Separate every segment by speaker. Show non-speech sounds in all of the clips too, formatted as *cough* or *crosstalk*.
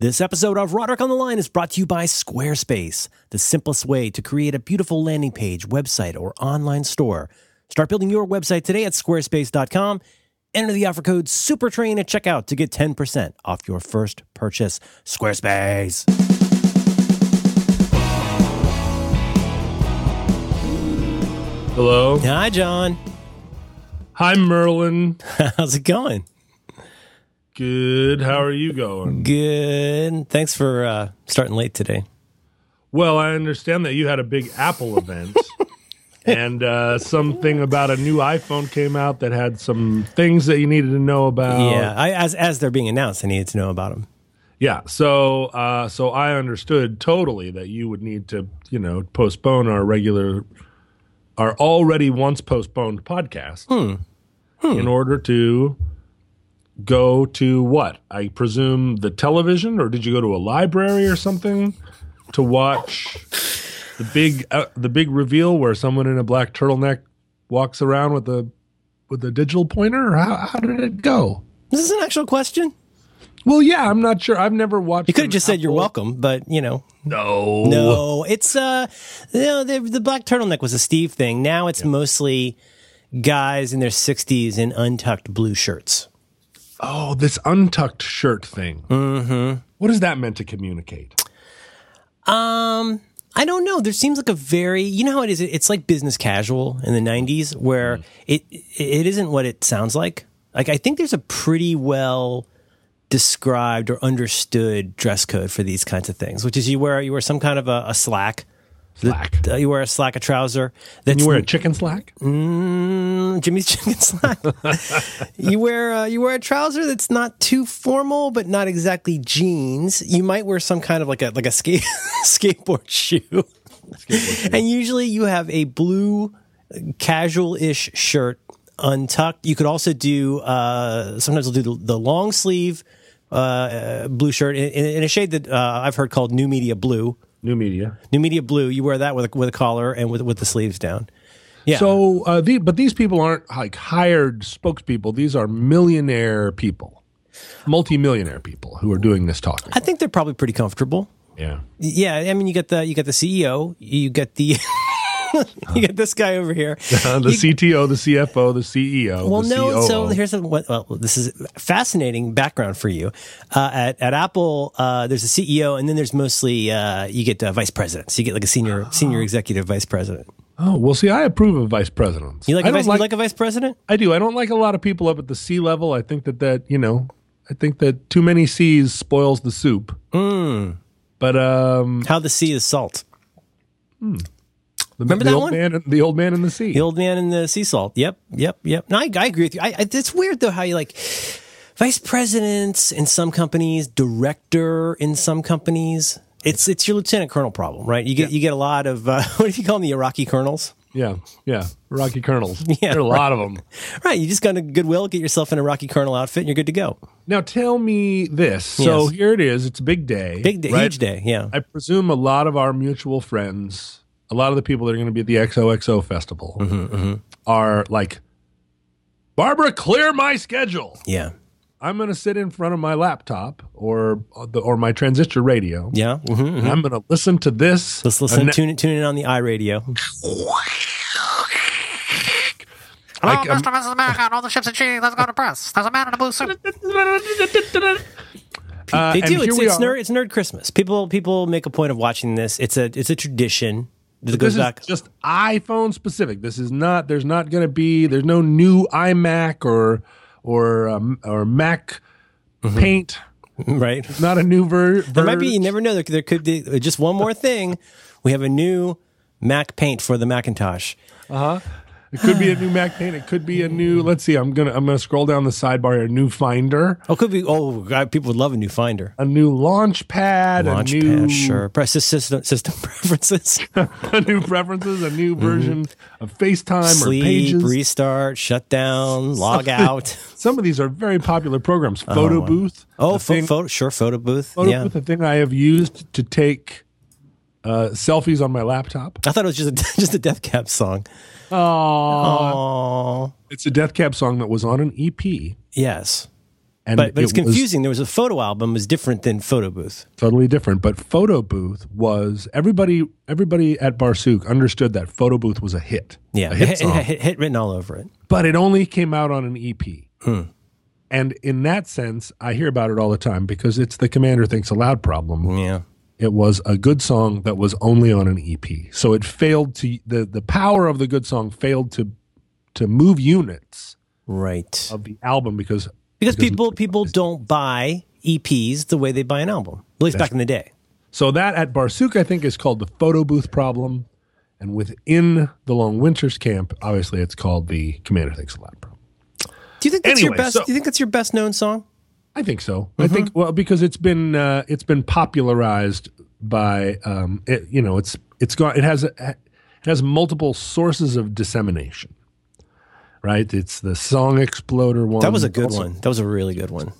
Speaker 1: This episode of Roderick on the Line is brought to you by Squarespace, the simplest way to create a beautiful landing page, website, or online store. Start building your website today at squarespace.com. Enter the offer code SUPERTRAIN at checkout to get 10% off your first purchase. Squarespace.
Speaker 2: Hello.
Speaker 1: Hi, John. *laughs*
Speaker 2: Hi, Merlin.
Speaker 1: How's it going?
Speaker 2: Good. How are you going?
Speaker 1: Good. Thanks for uh, starting late today.
Speaker 2: Well, I understand that you had a big Apple event. And uh, something about a new iPhone came out that had some things that you needed to know about.
Speaker 1: yeah, I, as as they're being announced, I needed to know about them.
Speaker 2: yeah. So, uh, so I understood totally that you would need to, you know, postpone our regular, our already once postponed podcast
Speaker 1: Hmm.
Speaker 2: in order to go to what? I presume the television, or did you go to a library or something to watch the big uh, the big reveal where someone in a black turtleneck walks around with a with a digital pointer? Or How, how did it go?
Speaker 1: Is this an actual question?
Speaker 2: Well, yeah, I'm not sure. I've never watched.
Speaker 1: You could have just said you're welcome, but you know,
Speaker 2: No.
Speaker 1: No, it's uh, you know, the, the black turtleneck was a Steve thing. Now it's mostly guys in their sixties in untucked blue shirts.
Speaker 2: Oh, this untucked shirt thing. Mm-hmm. What is that meant to communicate?
Speaker 1: I don't know. There seems like a very, you know how it is. It's like business casual in the '90s, where it it isn't what it sounds like. Like I think there's a pretty well described or understood dress code for these kinds of things, which is you wear you wear some kind of a, a slack,
Speaker 2: Slack.
Speaker 1: uh, you wear a slack, a trouser. That's
Speaker 2: you wear a chicken slack?
Speaker 1: Jimmy's chicken *laughs* slack. you wear uh, you wear a trouser that's not too formal, but not exactly jeans. You might wear some kind of like a like a skate *laughs* skateboard shoe, and usually you have a blue casual ish shirt untucked. You could also do uh, sometimes you'll do the, the long sleeve uh, uh, blue shirt in, in in a shade that uh, I've heard called new media blue.
Speaker 2: New media.
Speaker 1: New media blue. You wear that with a, with a collar and with with the sleeves down. Yeah.
Speaker 2: So, uh, the, but these people aren't like hired spokespeople. These are millionaire people, multimillionaire people who are doing this talking.
Speaker 1: I think they're probably pretty comfortable.
Speaker 2: Yeah.
Speaker 1: Yeah, I mean, *laughs* you get the you get the CEO, you get the *laughs* you get this guy over here.
Speaker 2: Uh, *laughs* *laughs* the E CTO, the CFO, the CEO.
Speaker 1: Well,
Speaker 2: the
Speaker 1: no.
Speaker 2: COO.
Speaker 1: So here's a, what. Well, this is fascinating background for you. Uh, at at Apple, uh, there's a CEO, and then there's mostly uh, you get uh, vice presidents. You get like a senior
Speaker 2: *gasps*
Speaker 1: senior executive vice president.
Speaker 2: oh, well, see, I approve of vice presidents.
Speaker 1: You like
Speaker 2: I
Speaker 1: a
Speaker 2: don't
Speaker 1: vice, you like a vice president?
Speaker 2: I do. I don't like a lot of people up at the C level. I think that that you know, I think that too many C's spoils the soup.
Speaker 1: Hmm.
Speaker 2: But um,
Speaker 1: How the sea is salt.
Speaker 2: the,
Speaker 1: Remember
Speaker 2: the
Speaker 1: that
Speaker 2: old
Speaker 1: one?
Speaker 2: man, the old man in the sea.
Speaker 1: The old man and the sea salt. Yep, yep, yep. No, I, I agree with you. I, I, it's weird though how you like vice presidents in some companies, director in some companies. It's it's your lieutenant colonel problem, right? You get you get a lot of uh, *laughs* what if you call them the Iraqi colonels?
Speaker 2: yeah, yeah, Rocky Colonels.
Speaker 1: *laughs* Yeah,
Speaker 2: there are a lot of them.
Speaker 1: Right, you just go to Goodwill, get yourself an Iraqi colonel outfit, and you're good to go.
Speaker 2: Now tell me this. So
Speaker 1: Yes.
Speaker 2: here it is. It's a big day.
Speaker 1: Big day,
Speaker 2: right?
Speaker 1: huge day, yeah.
Speaker 2: I presume a lot of our mutual friends, a lot of the people that are going to be at the XOXO festival,
Speaker 1: Mm-hmm,
Speaker 2: are like, Barbara, clear my schedule.
Speaker 1: yeah,
Speaker 2: I'm going to sit in front of my laptop or uh, the, or my transistor radio,
Speaker 1: yeah. hmm
Speaker 2: and I'm going to listen to this.
Speaker 1: Let's listen.
Speaker 2: anno-
Speaker 1: tune in, tune in on the iRadio.
Speaker 3: Hello,
Speaker 2: Like, um,
Speaker 3: Mr. and Mrs. America on all the ships and cheese. Let's go to press. There's a man in a blue suit.
Speaker 2: uh,
Speaker 1: They
Speaker 2: and
Speaker 1: do.
Speaker 2: here
Speaker 1: It's,
Speaker 2: we
Speaker 1: it's
Speaker 2: are.
Speaker 1: nerd. It's nerd Christmas. People people make a point of watching this. It's a it's a tradition that
Speaker 2: This
Speaker 1: goes
Speaker 2: is
Speaker 1: back.
Speaker 2: just iPhone specific. This is not. There's not going to be. There's no new iMac or or um, or Mac Paint.
Speaker 1: right.
Speaker 2: Not a new ver- version.
Speaker 1: There Mm-hmm. might be. You never know. There, there could be uh, just one more thing. We have a new Mac Paint for the Macintosh.
Speaker 2: It could be a new Mac Paint. It could be a new. Let's see. I'm gonna I'm gonna scroll down the sidebar. here. A new Finder.
Speaker 1: Oh, could be. Oh, God, people would love a new Finder.
Speaker 2: A new Launchpad. a
Speaker 1: Launchpad,
Speaker 2: new
Speaker 1: sure. Press system system *laughs* preferences.
Speaker 2: a *laughs* new preferences, a new version of FaceTime or
Speaker 1: Mm-hmm. Sleep,
Speaker 2: Pages.
Speaker 1: restart, shut down, log
Speaker 2: *laughs*
Speaker 1: out.
Speaker 2: Some of these are very popular programs. Photo Booth.
Speaker 1: Oh,
Speaker 2: the
Speaker 1: pho-
Speaker 2: thing-
Speaker 1: photo, sure, photo booth.
Speaker 2: Photo
Speaker 1: yeah,
Speaker 2: Booth, the thing I have used to take uh, selfies on my laptop.
Speaker 1: I thought it was just a, *laughs* just a Death Cab song.
Speaker 2: Oh,
Speaker 1: Oh,
Speaker 2: it's a Death Cab song that was on an EP
Speaker 1: yes.
Speaker 2: E And
Speaker 1: But, but it's
Speaker 2: it was
Speaker 1: confusing. there was a photo album was different than photo booth.
Speaker 2: totally different. But photo booth was everybody. Everybody at Barsook understood that photo booth was a hit.
Speaker 1: Yeah,
Speaker 2: a
Speaker 1: it, *laughs*
Speaker 2: hit
Speaker 1: had- it
Speaker 2: song.
Speaker 1: had hit, written all over it.
Speaker 2: but it only came out on an EP.
Speaker 1: Hmm.
Speaker 2: And in that sense, I hear about it all the time because it's the Commander Thinks Aloud problem.
Speaker 1: Yeah,
Speaker 2: It was a good song that was only on an EP. So it failed to the the power of the good song failed to to move units
Speaker 1: right.
Speaker 2: of the album because
Speaker 1: Because people people don't buy EPs the way they buy an album. At least back in the day.
Speaker 2: so that at Barsuk I think is called the photo booth problem. And within the Long Winters camp, obviously it's called the Commander Thinks Aloud problem.
Speaker 1: Do you think that's your
Speaker 2: Anyway,
Speaker 1: best?
Speaker 2: so-
Speaker 1: do you think that's your best known song?
Speaker 2: I think so. I think
Speaker 1: Mm-hmm.
Speaker 2: well because it's been uh, it's been popularized by um, it, you know it's it's gone it has a, it has multiple sources of dissemination. Right? It's the Song Exploder one.
Speaker 1: That was a good
Speaker 2: Also-
Speaker 1: one. That was a really good one.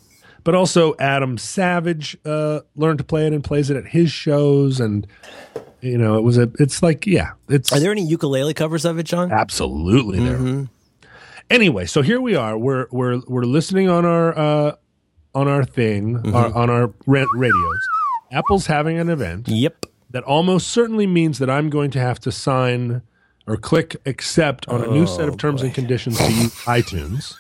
Speaker 2: But also Adam Savage uh, learned to play it and plays it at his shows and you know it was a it's like yeah, it's
Speaker 1: Are there any ukulele covers of it, John?
Speaker 2: absolutely there. Anyway, so here we are. We're we're we're listening on our uh, on our thing our, on our rent radios. Apple's having an event
Speaker 1: Yep.
Speaker 2: that almost certainly means that I'm going to have to sign or click accept on a new set of terms and conditions to use iTunes.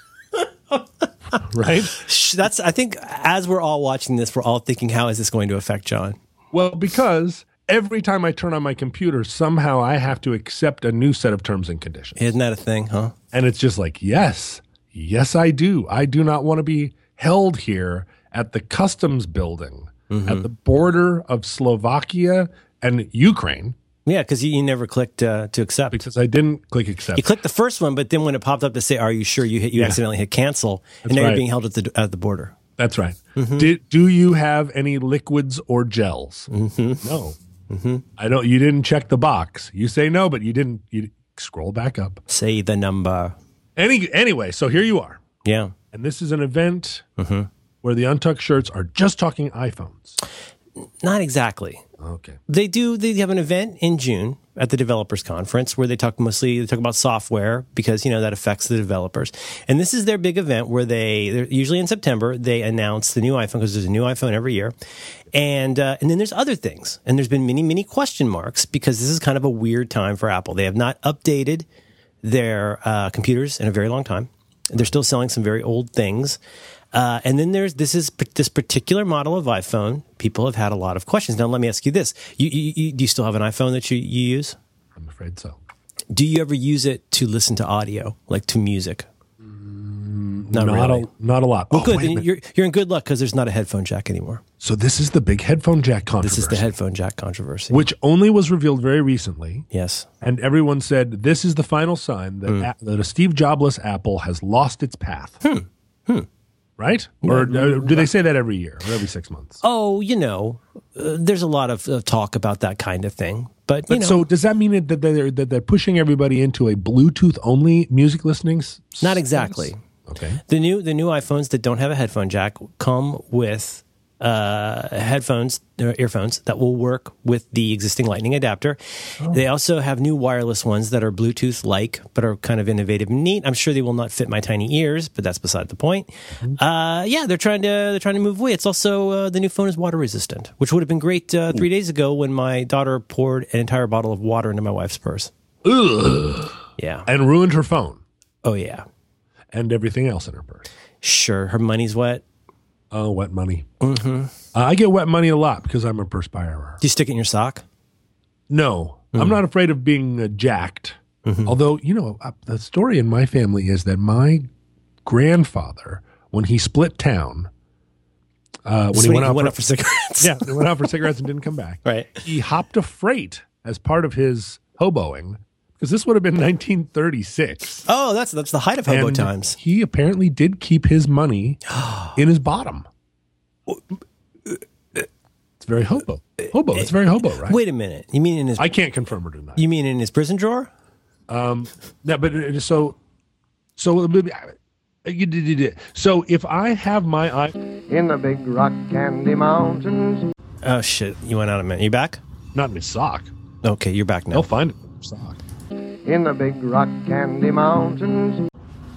Speaker 2: right?
Speaker 1: Sh- That's. I think as we're all watching this, we're all thinking, how is this going to affect John?
Speaker 2: Well, because every time I turn on my computer, somehow I have to accept a new set of terms and conditions.
Speaker 1: Isn't that a thing, huh?
Speaker 2: And it's just like, yes, yes, I do. I do not want to be held here at the customs building at the border of Slovakia and Ukraine
Speaker 1: Yeah, because you, you never clicked uh, to accept.
Speaker 2: because I didn't click
Speaker 1: you
Speaker 2: accept.
Speaker 1: clicked the first one, but then when it popped up to say, "Are you sure you hit?" You accidentally hit cancel, and now you're
Speaker 2: right.
Speaker 1: being held at the at the border.
Speaker 2: That's right. Did, do you have any liquids or gels? No. I don't. You didn't check the box. You say no, but you didn't. You scroll back up.
Speaker 1: Say the number.
Speaker 2: Any anyway. So here you are,
Speaker 1: Yeah.
Speaker 2: and this is an event where the untucked shirts are just talking iPhones.
Speaker 1: Not exactly.
Speaker 2: Okay.
Speaker 1: They do. They have an event in June at the developers conference where they talk mostly they talk about software because you know that affects the developers. And this is their big event where they they're usually in September they announce the new iPhone because there's a new iPhone every year, and uh, and then there's other things. And there's been many many question marks because this is kind of a weird time for Apple. They have not updated their uh, computers in a very long time. They're still selling some very old things. Uh, and then there's this is this particular model of iPhone. People have had a lot of questions. Now let me ask you this: you, you, you do you still have an iPhone that you, you use?
Speaker 2: I'm afraid so.
Speaker 1: Do you ever use it to listen to audio, like to music? Not,
Speaker 2: Not
Speaker 1: really.
Speaker 2: a not a lot. Oh,
Speaker 1: Good.
Speaker 2: wait a
Speaker 1: then
Speaker 2: minute.
Speaker 1: you're you're in good luck because there's not a headphone jack anymore.
Speaker 2: So this is the big headphone jack
Speaker 1: This
Speaker 2: controversy,
Speaker 1: is the headphone jack controversy.
Speaker 2: which only was revealed very recently,
Speaker 1: yes.
Speaker 2: and everyone said this is the final sign that
Speaker 1: Hmm.
Speaker 2: a, that a Steve Jobless Apple has lost its path.
Speaker 1: Hmm.
Speaker 2: Right? Or uh, do they say that every year or every six months?
Speaker 1: Oh, you know, uh, there's a lot of uh, talk about that kind of thing, but you know,
Speaker 2: So does that mean that they're that they're pushing everybody into a Bluetooth only music listening? s-
Speaker 1: not exactly.
Speaker 2: Okay.
Speaker 1: The new the new iPhones that don't have a headphone jack come with uh, headphones or earphones that will work with the existing lightning adapter. They also have new wireless ones that are Bluetooth like but are kind of innovative and neat. I'm sure they will not fit my tiny ears, but that's beside the point. Uh, yeah, they're trying to they're trying to move away. It's also uh, the new phone is water resistant, which would have been great uh, three days ago when my daughter poured an entire bottle of water into my wife's purse. Yeah.
Speaker 2: And ruined her phone
Speaker 1: Oh yeah.
Speaker 2: and everything else in her purse.
Speaker 1: Sure. Her money's wet.
Speaker 2: Oh, wet money. Mm-hmm. Uh, I get wet money a lot because I'm a perspirer.
Speaker 1: Do you stick it in your sock?
Speaker 2: No, I'm not afraid of being uh, jacked. Although, you know, uh, the story in my family is that my grandfather, when he split town, uh, when he went out, for,
Speaker 1: cigarettes.
Speaker 2: *laughs* yeah, he went out for cigarettes and didn't come back.
Speaker 1: Right.
Speaker 2: He hopped a freight as part of his hoboing because this would have been 1936.
Speaker 1: Oh, that's that's the height of hobo
Speaker 2: And
Speaker 1: times.
Speaker 2: He apparently did keep his *gasps* money in his bottom. It's very hobo. Hobo. It's very hobo, right?
Speaker 1: Wait a minute. You mean in his
Speaker 2: I can't confirm or deny.
Speaker 1: you mean in his prison drawer?
Speaker 2: No, but it is so, so, you did did- did. so if I have my eye,
Speaker 4: in the big rock candy mountains.
Speaker 1: Oh shit! You went out a minute. You back?
Speaker 2: not in his sock,
Speaker 1: Okay, you're back now.
Speaker 2: they'll find it in his sock.
Speaker 4: In the big rock candy mountains.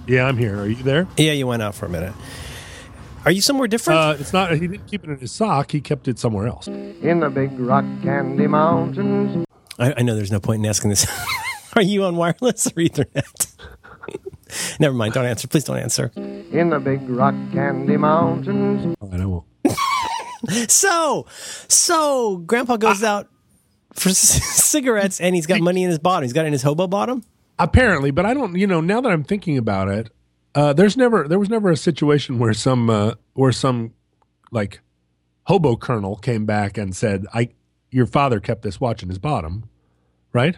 Speaker 2: Yeah, I'm here. Are you there?
Speaker 1: Yeah, you went out for a minute. Are you somewhere different?
Speaker 2: Uh, it's not. He didn't keep it in his sock. He kept it somewhere else.
Speaker 4: in the big rock candy mountains.
Speaker 1: I, I know there's no point in asking this. *laughs* Are you on wireless or Ethernet? *laughs* Never mind. Don't answer. Please don't answer.
Speaker 4: In the big rock candy mountains.
Speaker 2: All right, I won't.
Speaker 1: So, so Grandpa goes
Speaker 2: Ah.
Speaker 1: out for *laughs* c- cigarettes, and he's got money in his bottom. He's got it in his hobo bottom.
Speaker 2: Apparently, but I don't. You know, now that I'm thinking about it, uh, there's never there was never a situation where some uh, where some like hobo colonel came back and said, "I your father kept this watch in his bottom," right?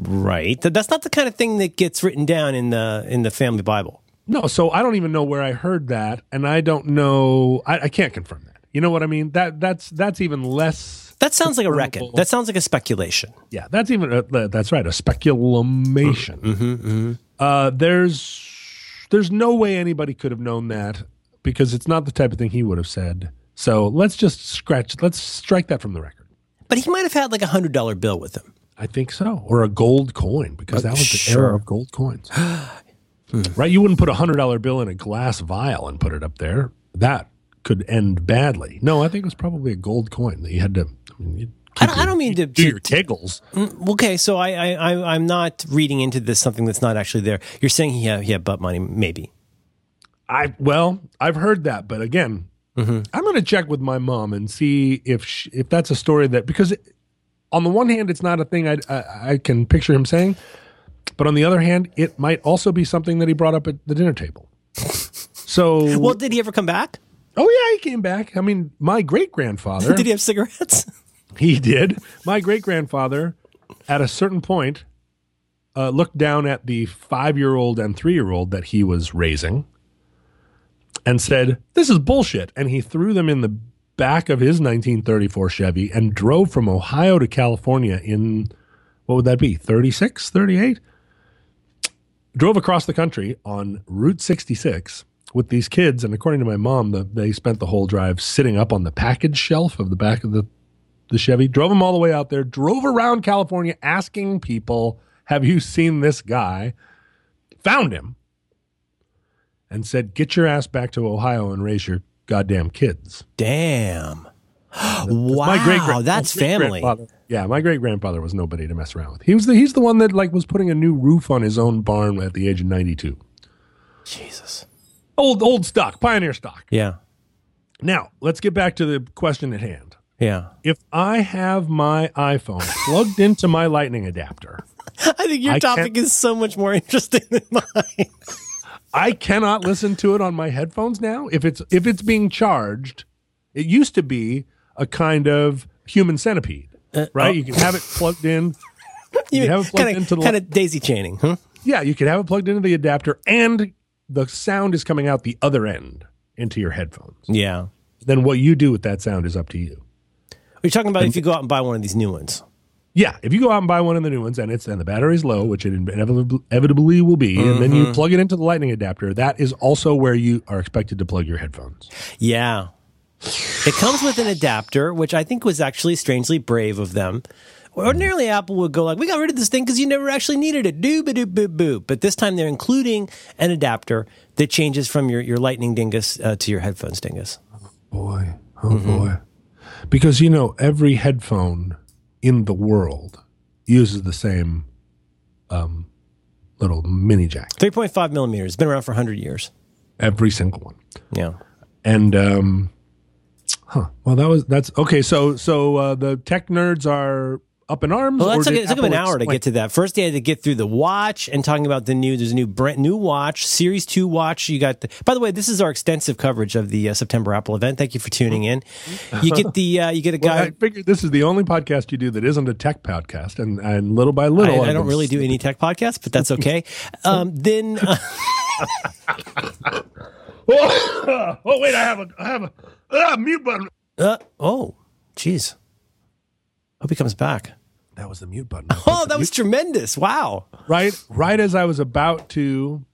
Speaker 1: Right. Th- That's not the kind of thing that gets written down in the in the family Bible.
Speaker 2: No, so I don't even know where I heard that, and I don't know. I, I can't confirm that. You know what I mean? That that's that's even less.
Speaker 1: That sounds like a record. That sounds like a speculation.
Speaker 2: Yeah, that's even uh, that's right. A speculation. Uh, there's there's no way anybody could have known that because it's not the type of thing he would have said. So let's just scratch. Let's strike that from the record.
Speaker 1: But he might have had like a hundred dollar bill with him.
Speaker 2: I think so, or a gold coin because that was the
Speaker 1: sure.
Speaker 2: era of gold
Speaker 1: *gasps*
Speaker 2: coins. right? You wouldn't put a hundred dollar bill in a glass vial and put it up there. That could end badly. No, I think it was probably a gold coin that you had to. I mean, you'd
Speaker 1: I don't, I don't mean to,
Speaker 2: do
Speaker 1: to-
Speaker 2: your tiggles.
Speaker 1: Okay, so I, I, I I'm not reading into this something that's not actually there. You're saying he had he had butt money, maybe.
Speaker 2: I well, I've heard that, but again, I'm going to check with my mom and see if she, if that's a story that because it, on the one hand, it's not a thing I, I I can picture him saying, but on the other hand, it might also be something that he brought up at the dinner table. So,
Speaker 1: Well, did he ever come back?
Speaker 2: oh yeah, he came back. I mean, my great
Speaker 1: *laughs*
Speaker 2: grandfather,
Speaker 1: Did he have cigarettes?
Speaker 2: *laughs* he did. My great grandfather, at a certain point, uh, looked down at the five year old and three year old that he was raising and said, This is bullshit. And he threw them in the back of his 1934 Chevy and drove from Ohio to California in what would that be, 36, 38? Drove across the country on Route 66 with these kids. And according to my mom, the, they spent the whole drive sitting up on the package shelf of the back of the the Chevy, drove him all the way out there, drove around California asking people, Have you seen this guy? Found him and said, Get your ass back to Ohio and raise your goddamn kids.
Speaker 1: Damn. *gasps* wow, that's family.
Speaker 2: grandfather- Yeah, my great grandfather was nobody to mess around with. He was the, he's the one that like was putting a new roof on his own barn at the age of 92.
Speaker 1: Jesus.
Speaker 2: Old old stock, pioneer stock.
Speaker 1: Yeah.
Speaker 2: Now, let's get back to the question at hand.
Speaker 1: Yeah.
Speaker 2: If I have my iPhone plugged into my lightning adapter,
Speaker 1: I think your
Speaker 2: I can't-
Speaker 1: topic is so much more *laughs* interesting than mine.
Speaker 2: I cannot listen to it on my headphones now. If it's if it's being charged, it used to be a kind of human centipede, right? You can have it plugged in. You have it plugged
Speaker 1: kind
Speaker 2: into
Speaker 1: of
Speaker 2: the
Speaker 1: kind of daisy chaining, huh?
Speaker 2: yeah, you can have it plugged into the adapter, and the sound is coming out the other end into your headphones.
Speaker 1: Yeah.
Speaker 2: Then what you do with that sound is up to you.
Speaker 1: You're talking about if you go out and buy one of these new ones.
Speaker 2: Yeah, if you go out and buy one of the new ones and it's and the battery's low, which it inevitably inevitably will be, and then you plug it into the lightning adapter, that is also where you are expected to plug your headphones.
Speaker 1: Yeah. It comes with an adapter, which I think was actually strangely brave of them. Ordinarily, Apple would go like, "We got rid of this thing because you never actually needed it." Doo ba doo boo boo. But this time, they're including an adapter that changes from your, your Lightning dingus uh, to your headphones dingus.
Speaker 2: boy. Oh boy. Because you know, every headphone in the world uses the same um, little mini jack.
Speaker 1: Three point five millimeters. Been around for hundred years.
Speaker 2: Every single one.
Speaker 1: Yeah.
Speaker 2: And um huh. Well that was that's okay, so so uh, the tech nerds are up in arms.
Speaker 1: Well, that
Speaker 2: or
Speaker 1: took,
Speaker 2: did
Speaker 1: it took him an
Speaker 2: Apple
Speaker 1: hour to
Speaker 2: explain-
Speaker 1: get to that. First, they had to get through the watch and talking about the new. There's a new brand new watch, Series Two watch. You got. The, by the way, this is our extensive coverage of the uh, September Apple event. Thank you for tuning in. You get the uh, you *laughs* get a guy.
Speaker 2: I figured this is the only podcast you do that isn't a tech podcast, and, and little by little,
Speaker 1: I, I
Speaker 2: I've
Speaker 1: don't
Speaker 2: been
Speaker 1: really do
Speaker 2: slipping-
Speaker 1: any tech podcasts, but that's *laughs* okay. um, then uh,
Speaker 2: *laughs* Oh, wait, I have a, I have a ah, mute button.
Speaker 1: uh, oh, jeez, hope he comes back.
Speaker 2: That was the mute button.
Speaker 1: *laughs* Oh, that was tremendous! Wow.
Speaker 2: right right as I was about to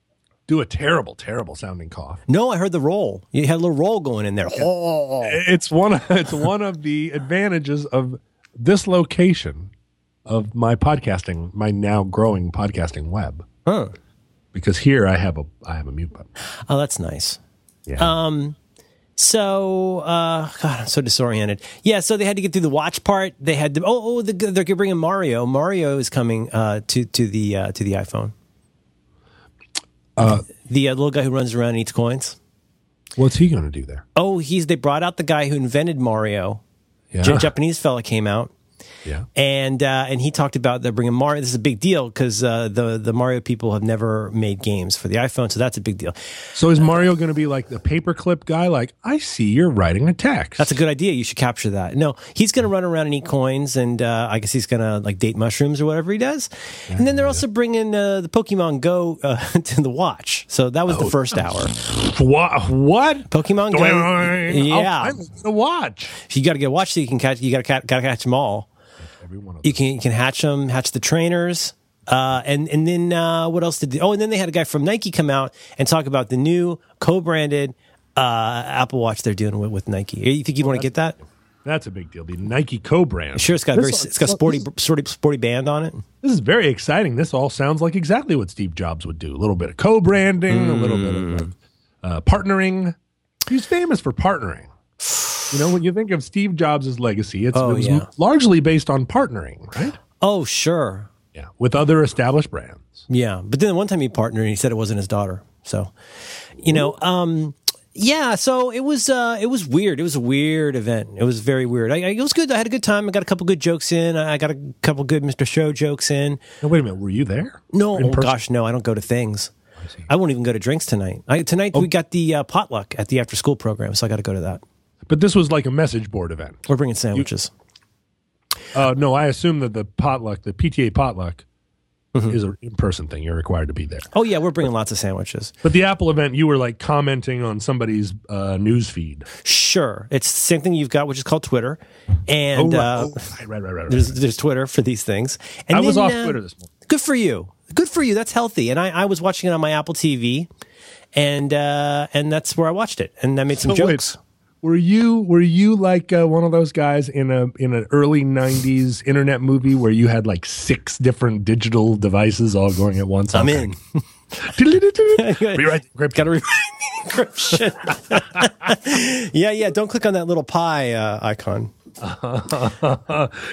Speaker 2: do a terrible, terrible sounding cough.
Speaker 1: No, I heard the roll. You had a little roll going in there. Oh,
Speaker 2: It's one it's one of the advantages of this location of my podcasting, my now growing podcasting web.
Speaker 1: Huh.
Speaker 2: Because here I have a I have a mute button.
Speaker 1: oh that's nice.
Speaker 2: Yeah.
Speaker 1: Um, So, uh, God, I'm so disoriented. Yeah, so they had to get through the watch part. They had to. Oh, oh, the, they're bringing Mario. Mario is coming uh, to to the uh, to the iPhone. the uh, little guy who runs around and eats coins.
Speaker 2: What's he going to do there?
Speaker 1: Oh, he's. They brought out the guy who invented Mario.
Speaker 2: Yeah.
Speaker 1: J- Japanese fella came out.
Speaker 2: yeah.
Speaker 1: and uh, and he talked about they're bringing Mario. This is a big deal because uh, the the Mario people have never made games for the iPhone, so that's a big deal.
Speaker 2: So is Mario going to be like the paperclip guy? Like, I see you're writing a text.
Speaker 1: That's a good idea. You should capture that. No, he's going to run around and eat coins, and uh, I guess he's going to like date mushrooms or whatever he does. And then they're also bringing uh, the Pokemon Go uh, *laughs* to the watch. So that
Speaker 2: Oh.
Speaker 1: was the first hour.
Speaker 2: what? What?
Speaker 1: Pokemon Go.
Speaker 2: Yeah.
Speaker 1: Yeah,
Speaker 2: to watch.
Speaker 1: you got to get a watch so you can catch. You got to got to catch them all.
Speaker 2: Every one of
Speaker 1: you can you can hatch them, hatch the trainers, uh, and and then uh, what else did? They, oh, and then they had a guy from Nike come out and talk about the new co-branded uh, Apple Watch they're doing with, with Nike. You think you'd want to get that?
Speaker 2: That's a big deal. The Nike co-brand.
Speaker 1: Sure, it's got a very
Speaker 2: This-
Speaker 1: it's got a sporty sporty sporty band on it.
Speaker 2: This is very exciting. This all sounds like exactly what Steve Jobs would do. A little bit of co-branding, a little
Speaker 1: Hmm.
Speaker 2: bit of uh, partnering. He's famous for partnering. You know, when you think of Steve Jobs' legacy, it's,
Speaker 1: Oh,
Speaker 2: it was
Speaker 1: yeah.
Speaker 2: largely based on partnering, right?
Speaker 1: Oh, sure,
Speaker 2: Yeah, with other established brands.
Speaker 1: yeah. But then one time he partnered and he said it wasn't his daughter. So, you know, um, yeah. So it was uh, it was weird. It was a weird event. It was very weird. I, I- it was good. I had a good time. I got a couple good jokes in. I I got a couple good Mr. Show jokes in.
Speaker 2: Now, wait a minute. Were you there?
Speaker 1: No,
Speaker 2: In
Speaker 1: oh
Speaker 2: person?
Speaker 1: gosh, no, I don't go to things. I won't even go to drinks tonight. I, tonight we got the uh, potluck at the after school program, so I got to go to that.
Speaker 2: But this was like a message board event.
Speaker 1: We're bringing sandwiches.
Speaker 2: Uh, no, I assume that the potluck, the PTA potluck,
Speaker 1: Mm-hmm.
Speaker 2: is an in-person thing. You're required to be there.
Speaker 1: oh yeah, we're bringing lots of sandwiches.
Speaker 2: But the Apple event, you were like commenting on somebody's uh, news feed.
Speaker 1: Sure, it's the same thing you've got, which is called Twitter,
Speaker 2: Oh,
Speaker 1: and uh,
Speaker 2: right, right, right, right.
Speaker 1: there's there's Twitter for these things. And
Speaker 2: I was
Speaker 1: then,
Speaker 2: off
Speaker 1: uh,
Speaker 2: Twitter this morning.
Speaker 1: Good for you. Good for you. That's healthy. And I, I was watching it on my Apple TV, and uh, and that's where I watched it, and I made some
Speaker 2: So wait,
Speaker 1: jokes.
Speaker 2: were you were you like uh, one of those guys in a in an early '90s internet movie where you had like six different digital devices all going at once?
Speaker 1: I'm
Speaker 2: *laughs*
Speaker 1: in. *laughs*
Speaker 2: Rewrite. Great.
Speaker 1: Got to remind the encryption. *laughs* yeah, yeah. Don't click on that little pie uh, icon.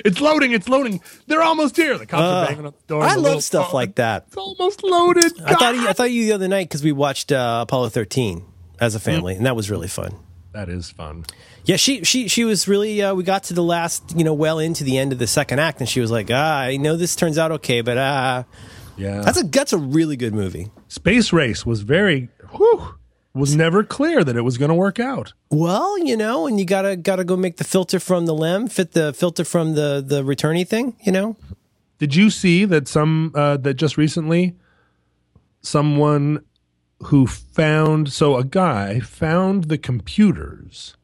Speaker 2: It's loading. It's loading. They're almost here. The cops are banging on the door.
Speaker 1: Uh, I
Speaker 2: The little
Speaker 1: love stuff
Speaker 2: phone.
Speaker 1: like that.
Speaker 2: It's almost loaded.
Speaker 1: I thought he, I thought you the other night because we watched uh, Apollo 13 as a
Speaker 2: Hmm.
Speaker 1: family, and that was really fun.
Speaker 2: that is fun.
Speaker 1: Yeah, she she she was really. Uh, we got to the last, you know, well into the end of the second act, and she was like, "Ah, I know this turns out okay, but uh,
Speaker 2: Yeah.
Speaker 1: that's a that's a really good movie."
Speaker 2: Space Race was very. Whew, was never clear that it was going to work out.
Speaker 1: Well, you know, and you gotta gotta go make the filter from the lem fit the filter from the the returnee thing, you know.
Speaker 2: Did you see that some uh, that just recently someone who found so a guy found the computers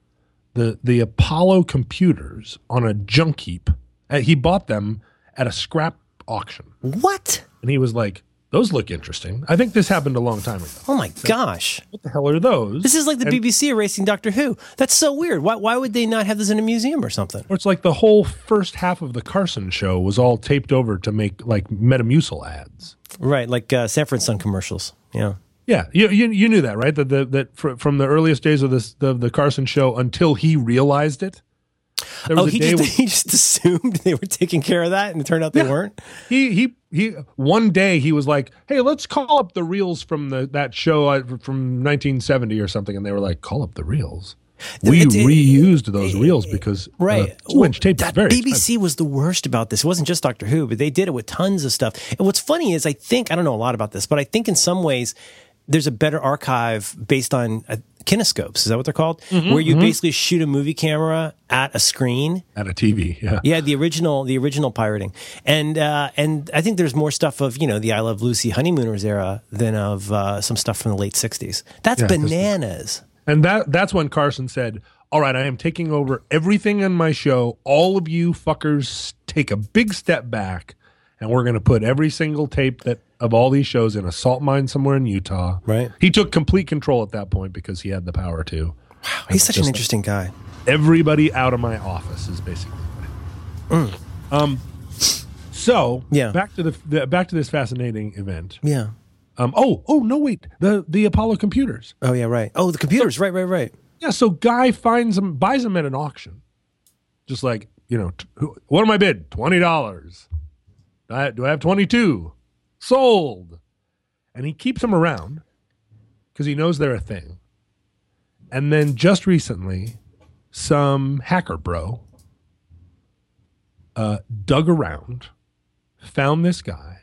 Speaker 2: the the Apollo computers on a junk heap. Uh, he bought them at a scrap auction
Speaker 1: What?
Speaker 2: and he was like, "Those look interesting. I think this happened a long time ago.
Speaker 1: Oh my gosh.
Speaker 2: What the hell are those?"
Speaker 1: This is like the
Speaker 2: And-
Speaker 1: BBC erasing Doctor Who. That's so weird. Why, why would they not have this in a museum or something?
Speaker 2: Or it's like the whole first half of the Carson show was all taped over to make like Metamucil ads.
Speaker 1: Right, like uh, Sanford Sun commercials. Yeah.
Speaker 2: Yeah, you you, you knew that, right? That the, that fr- from the earliest days of this the, the Carson show until he realized it. There
Speaker 1: Oh, he just, *laughs*
Speaker 2: when
Speaker 1: he just assumed they were taking care of that, and it turned out they
Speaker 2: Yeah.
Speaker 1: weren't.
Speaker 2: he he he one day he was like, "Hey, let's call up the reels from the that show uh, from 1970 or something," and they were like, "Call up the reels." We
Speaker 1: It's- it- Eh,
Speaker 2: reused those reels because
Speaker 1: Right.
Speaker 2: uh, two inch
Speaker 1: Well,
Speaker 2: tape is
Speaker 1: that
Speaker 2: very
Speaker 1: BBC
Speaker 2: expensive.
Speaker 1: was the worst about this. It wasn't just Doctor Who, but they did it with tons of stuff. And what's funny is, I think I don't know a lot about this, but I think in some ways there's a better archive based on uh, kinescopes. Is that what they're called? Where you basically shoot a movie camera at a screen
Speaker 2: at a TV. Yeah,
Speaker 1: Yeah, the original, the original pirating, and uh, and I think there's more stuff of you know the I Love Lucy honeymooners era than of uh, some stuff from the late '60s. That's
Speaker 2: Yeah, that's-
Speaker 1: bananas.
Speaker 2: And that that's when Carson said, "All right, I am taking over everything on my show. All of you fuckers take a big step back and we're going to put every single tape that of all these shows in a salt mine somewhere in Utah."
Speaker 1: Right.
Speaker 2: He took complete control at that point because he had the power to.
Speaker 1: He's such an
Speaker 2: just-
Speaker 1: interesting guy.
Speaker 2: Everybody out of my office is basically. Um so,
Speaker 1: Mm. Yeah.
Speaker 2: back to the, the back to this fascinating event.
Speaker 1: Yeah.
Speaker 2: Um oh, oh no wait. The the Apollo computers.
Speaker 1: Oh yeah. Right. Oh, the computers. Right. Right. Right.
Speaker 2: Yeah, so guy finds them, buys them at an auction. Just like, you know, t- who- what am I bid? $20. Do I, do I have 22? Sold. And he keeps them around because he knows they're a thing. And then just recently, some hacker bro uh, dug around, found this guy,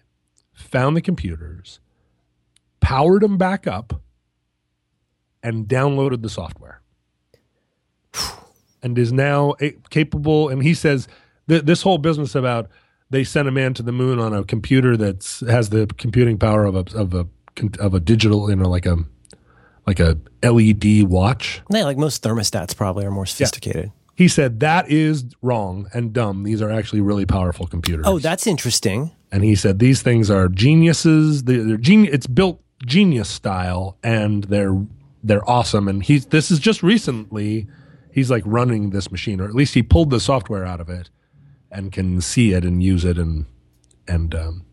Speaker 2: found the computers, powered them back up, and downloaded the software. And is now a- capable. And he says th- this whole business about they sent a man to the moon on a computer that's has the computing power of a of a con- of a digital, you know, like a like a LED watch.
Speaker 1: Yeah, like most thermostats probably are more sophisticated.
Speaker 2: He said that is wrong and dumb. These are actually really powerful computers.
Speaker 1: Oh, that's interesting.
Speaker 2: and he said these things are geniuses. They're, they're genius. It's built genius style, and they're they're awesome. And he's this is just recently. He's like running this machine, or at least he pulled the software out of it, and can see it and use it, and and um,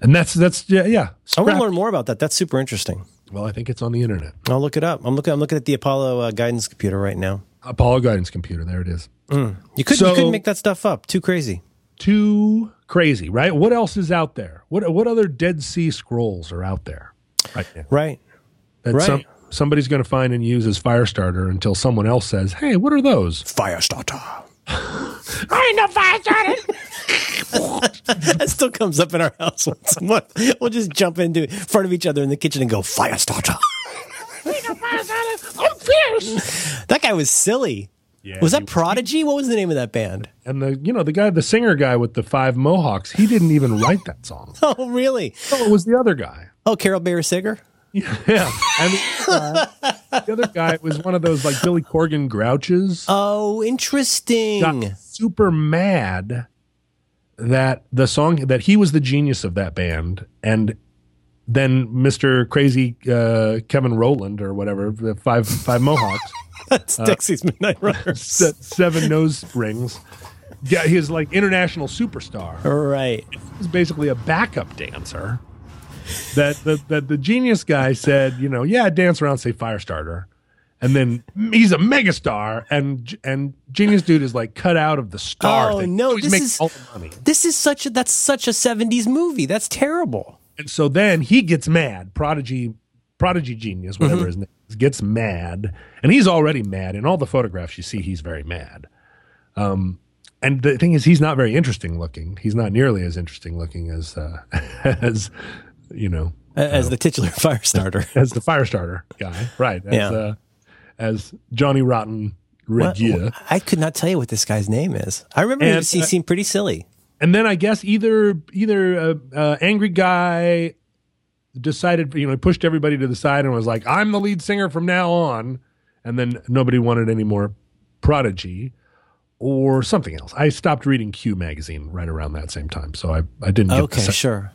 Speaker 2: and that's that's yeah yeah.
Speaker 1: I want
Speaker 2: Scrap-
Speaker 1: to learn more about that. That's super interesting.
Speaker 2: Well, I think it's on the internet.
Speaker 1: I'll look it up. I'm looking. I'm looking at the Apollo uh, guidance computer right now.
Speaker 2: Apollo guidance computer. There it is.
Speaker 1: You couldn't.
Speaker 2: So-
Speaker 1: you couldn't make that stuff up. Too crazy.
Speaker 2: Too crazy, right? What else is out there? What what other Dead Sea Scrolls are out there? Right now?
Speaker 1: Right.
Speaker 2: that
Speaker 1: Right.
Speaker 2: some, somebody's going to find and use as Firestarter until someone else says, "Hey, what are those?"
Speaker 1: *laughs* Firestarter.
Speaker 2: I know Firestarter.
Speaker 1: *laughs* That still comes up in our house once a month. We'll just jump into in front of each other in the kitchen and go *laughs* Firestarter.
Speaker 2: I'm fierce.
Speaker 1: that guy was silly.
Speaker 2: Yeah,
Speaker 1: was that Prodigy? What was the name of that band? *laughs*
Speaker 2: And the you know the guy, the singer guy with the five mohawks, he didn't even write that *laughs* song.
Speaker 1: Oh, really?
Speaker 2: No, it was the other guy.
Speaker 1: Oh, Carol Bayer Singer.
Speaker 2: *laughs* Yeah, and the other guy, the other guy was one of those like Billy Corgan grouches.
Speaker 1: Oh, interesting.
Speaker 2: got super mad that the song that he was the genius of that band and then Mr. Crazy uh, Kevin Rowland or whatever the five five mohawks
Speaker 1: *laughs* That's Dixie's Midnight Runners.
Speaker 2: se- seven nose rings yeah he's like international superstar
Speaker 1: right.
Speaker 2: he's basically a backup dancer that the, that the genius guy said you know yeah dance around say firestarter and then he's a megastar and and genius dude is like cut out of the star
Speaker 1: Oh,
Speaker 2: thing.
Speaker 1: no,
Speaker 2: So he's
Speaker 1: this
Speaker 2: making
Speaker 1: is-
Speaker 2: all the money
Speaker 1: This is such a that's such a 70s movie. That's terrible.
Speaker 2: And so then he gets mad. Prodigy, prodigy genius, whatever his name is, gets mad, and he's already mad. In all the photographs you see, he's very mad. Um, and the thing is, he's not very interesting looking. He's not nearly as interesting looking as uh, *laughs* as you know
Speaker 1: A- As the titular *laughs* fire starter.
Speaker 2: as the Firestarter guy, right? As,
Speaker 1: Yeah.
Speaker 2: uh, as Johnny Rotten Regia.
Speaker 1: I could not tell you what this guy's name is. I remember
Speaker 2: And,
Speaker 1: he, was- he
Speaker 2: uh,
Speaker 1: seemed pretty silly.
Speaker 2: and then I guess either either uh, uh, angry guy decided you know pushed everybody to the side and was like I'm the lead singer from now on, and then nobody wanted any more Prodigy or something else. I stopped reading Q magazine right around that same time, so I I didn't get
Speaker 1: Okay,
Speaker 2: the se-
Speaker 1: sure.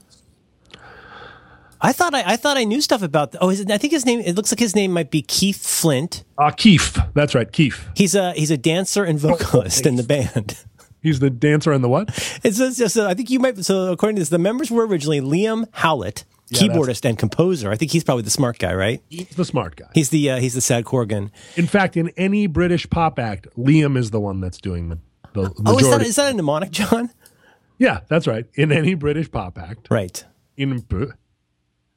Speaker 1: I thought I, I thought I knew stuff about. Oh, is it, I think his name. It looks like his name might be Keith Flint.
Speaker 2: Ah, Keef. That's right, Keef.
Speaker 1: He's a he's a dancer and vocalist in the band.
Speaker 2: He's the dancer and the what?
Speaker 1: It says just uh, I think you might. So according to this, the members were originally Liam Howlett,
Speaker 2: that's-
Speaker 1: keyboardist and composer. I think he's probably the smart guy, right?
Speaker 2: He's the smart guy.
Speaker 1: He's the uh, he's the sad Corgan.
Speaker 2: In fact, in any British pop act, Liam is the one that's doing the the majority.
Speaker 1: Oh, is that is that a mnemonic, John?
Speaker 2: yeah, that's right. In any British pop act,
Speaker 1: Right.
Speaker 2: in p-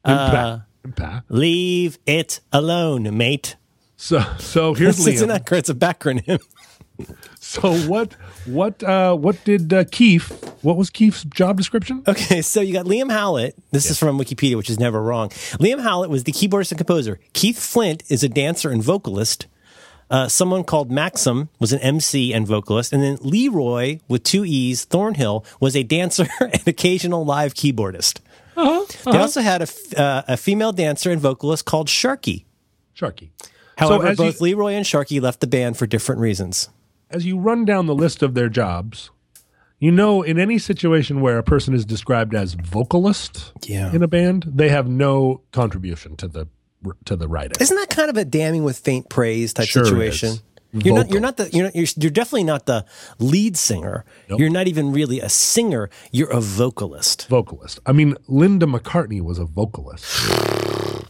Speaker 2: in
Speaker 1: Uh,
Speaker 2: pa- in pa.
Speaker 1: Leave it alone, mate.
Speaker 2: So so here's
Speaker 1: It's, it's, an,
Speaker 2: Liam.
Speaker 1: acro- it's a backronym.
Speaker 2: So what what uh what did uh, Keefe what was Keefe's job description?
Speaker 1: Okay, *laughs* so you got Liam Howlett. This is from Wikipedia, which is never wrong. Liam Howlett was the keyboardist and composer. Keith Flint is a dancer and vocalist. Uh, someone called Maxim was an MC and vocalist. And then Leroy, with two E's, Thornhill, was a dancer *laughs* and occasional live keyboardist.
Speaker 2: Uh-huh,
Speaker 1: They also had a, f- uh, a female dancer and vocalist called Sharkey.
Speaker 2: Sharky.
Speaker 1: However,
Speaker 2: as
Speaker 1: both
Speaker 2: you,
Speaker 1: Leroy and Sharkey left the band for different reasons.
Speaker 2: as you run down the list of their jobs, you know in any situation where a person is described as vocalist
Speaker 1: Yeah.
Speaker 2: in a band, they have no contribution to the to the writing.
Speaker 1: Isn't that kind of a damning with faint praise type
Speaker 2: Sure
Speaker 1: situation?
Speaker 2: is.
Speaker 1: You're not.
Speaker 2: Vocal.
Speaker 1: You're not the. You're not, you're, you're definitely not the lead singer. You're not even really a singer. You're a vocalist.
Speaker 2: vocalist. I mean, Linda McCartney was a vocalist.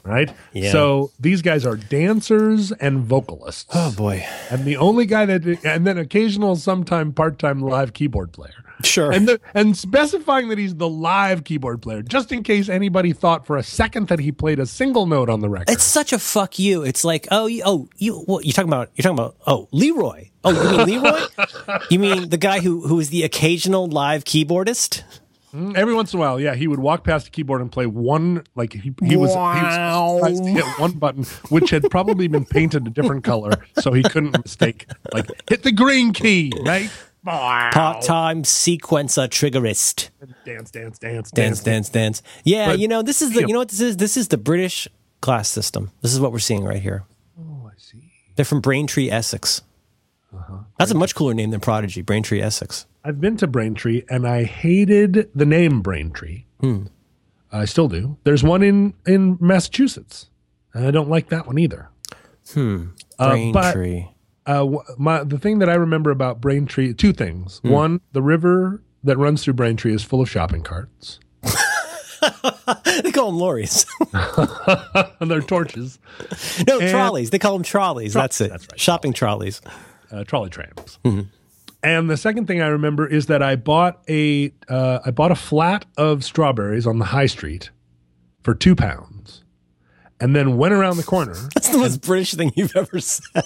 Speaker 2: right?
Speaker 1: *sighs* Yeah.
Speaker 2: So these guys are dancers and vocalists.
Speaker 1: Oh boy.
Speaker 2: And the only guy that, and then occasional, sometime part time live keyboard player.
Speaker 1: Sure.
Speaker 2: And, the, and specifying that he's the live keyboard player, just in case anybody thought for a second that he played a single note on the record.
Speaker 1: It's such a fuck you. It's like, oh, you, oh, you, what you're talking about? You're talking about, oh, Leroy. Oh, you mean
Speaker 2: *laughs*
Speaker 1: Leroy? you mean the guy who who is the occasional live keyboardist?
Speaker 2: Mm, Every once in a while, yeah, he would walk past the keyboard and play one, like he, he was, he was surprised to hit one button, which had probably been painted a different color, so he couldn't mistake, like, hit the green key, right?
Speaker 1: Part time sequencer triggerist.
Speaker 2: Dance, dance, dance,
Speaker 1: Dance,
Speaker 2: dance.
Speaker 1: dance, dance. Yeah,
Speaker 2: But-
Speaker 1: you know this is the you know what this is. This is the British class system. This is what we're seeing right here.
Speaker 2: Oh, I see. Uh-huh.
Speaker 1: They're from Braintree, Essex. That's a much cooler name than Prodigy. Braintree, Essex.
Speaker 2: I've been to Braintree and I hated the name Braintree. I still do. There's one in, in Massachusetts, and I don't like that one either. Uh, but-
Speaker 1: Braintree. *laughs*
Speaker 2: uh, w- my the thing that I remember about Braintree, two things. One, the river that runs through Braintree is full of shopping carts *laughs*
Speaker 1: they call them lorries. *laughs*
Speaker 2: and their torches,
Speaker 1: no, trolleys. They call them trolleys. that's it. Shopping trolleys. *laughs*
Speaker 2: uh, trolley trams. And the second thing I remember is that I bought a uh, I bought a flat of strawberries on the high street for two pounds, and then went around the corner.
Speaker 1: That's the most British thing you've ever
Speaker 2: *laughs*
Speaker 1: said.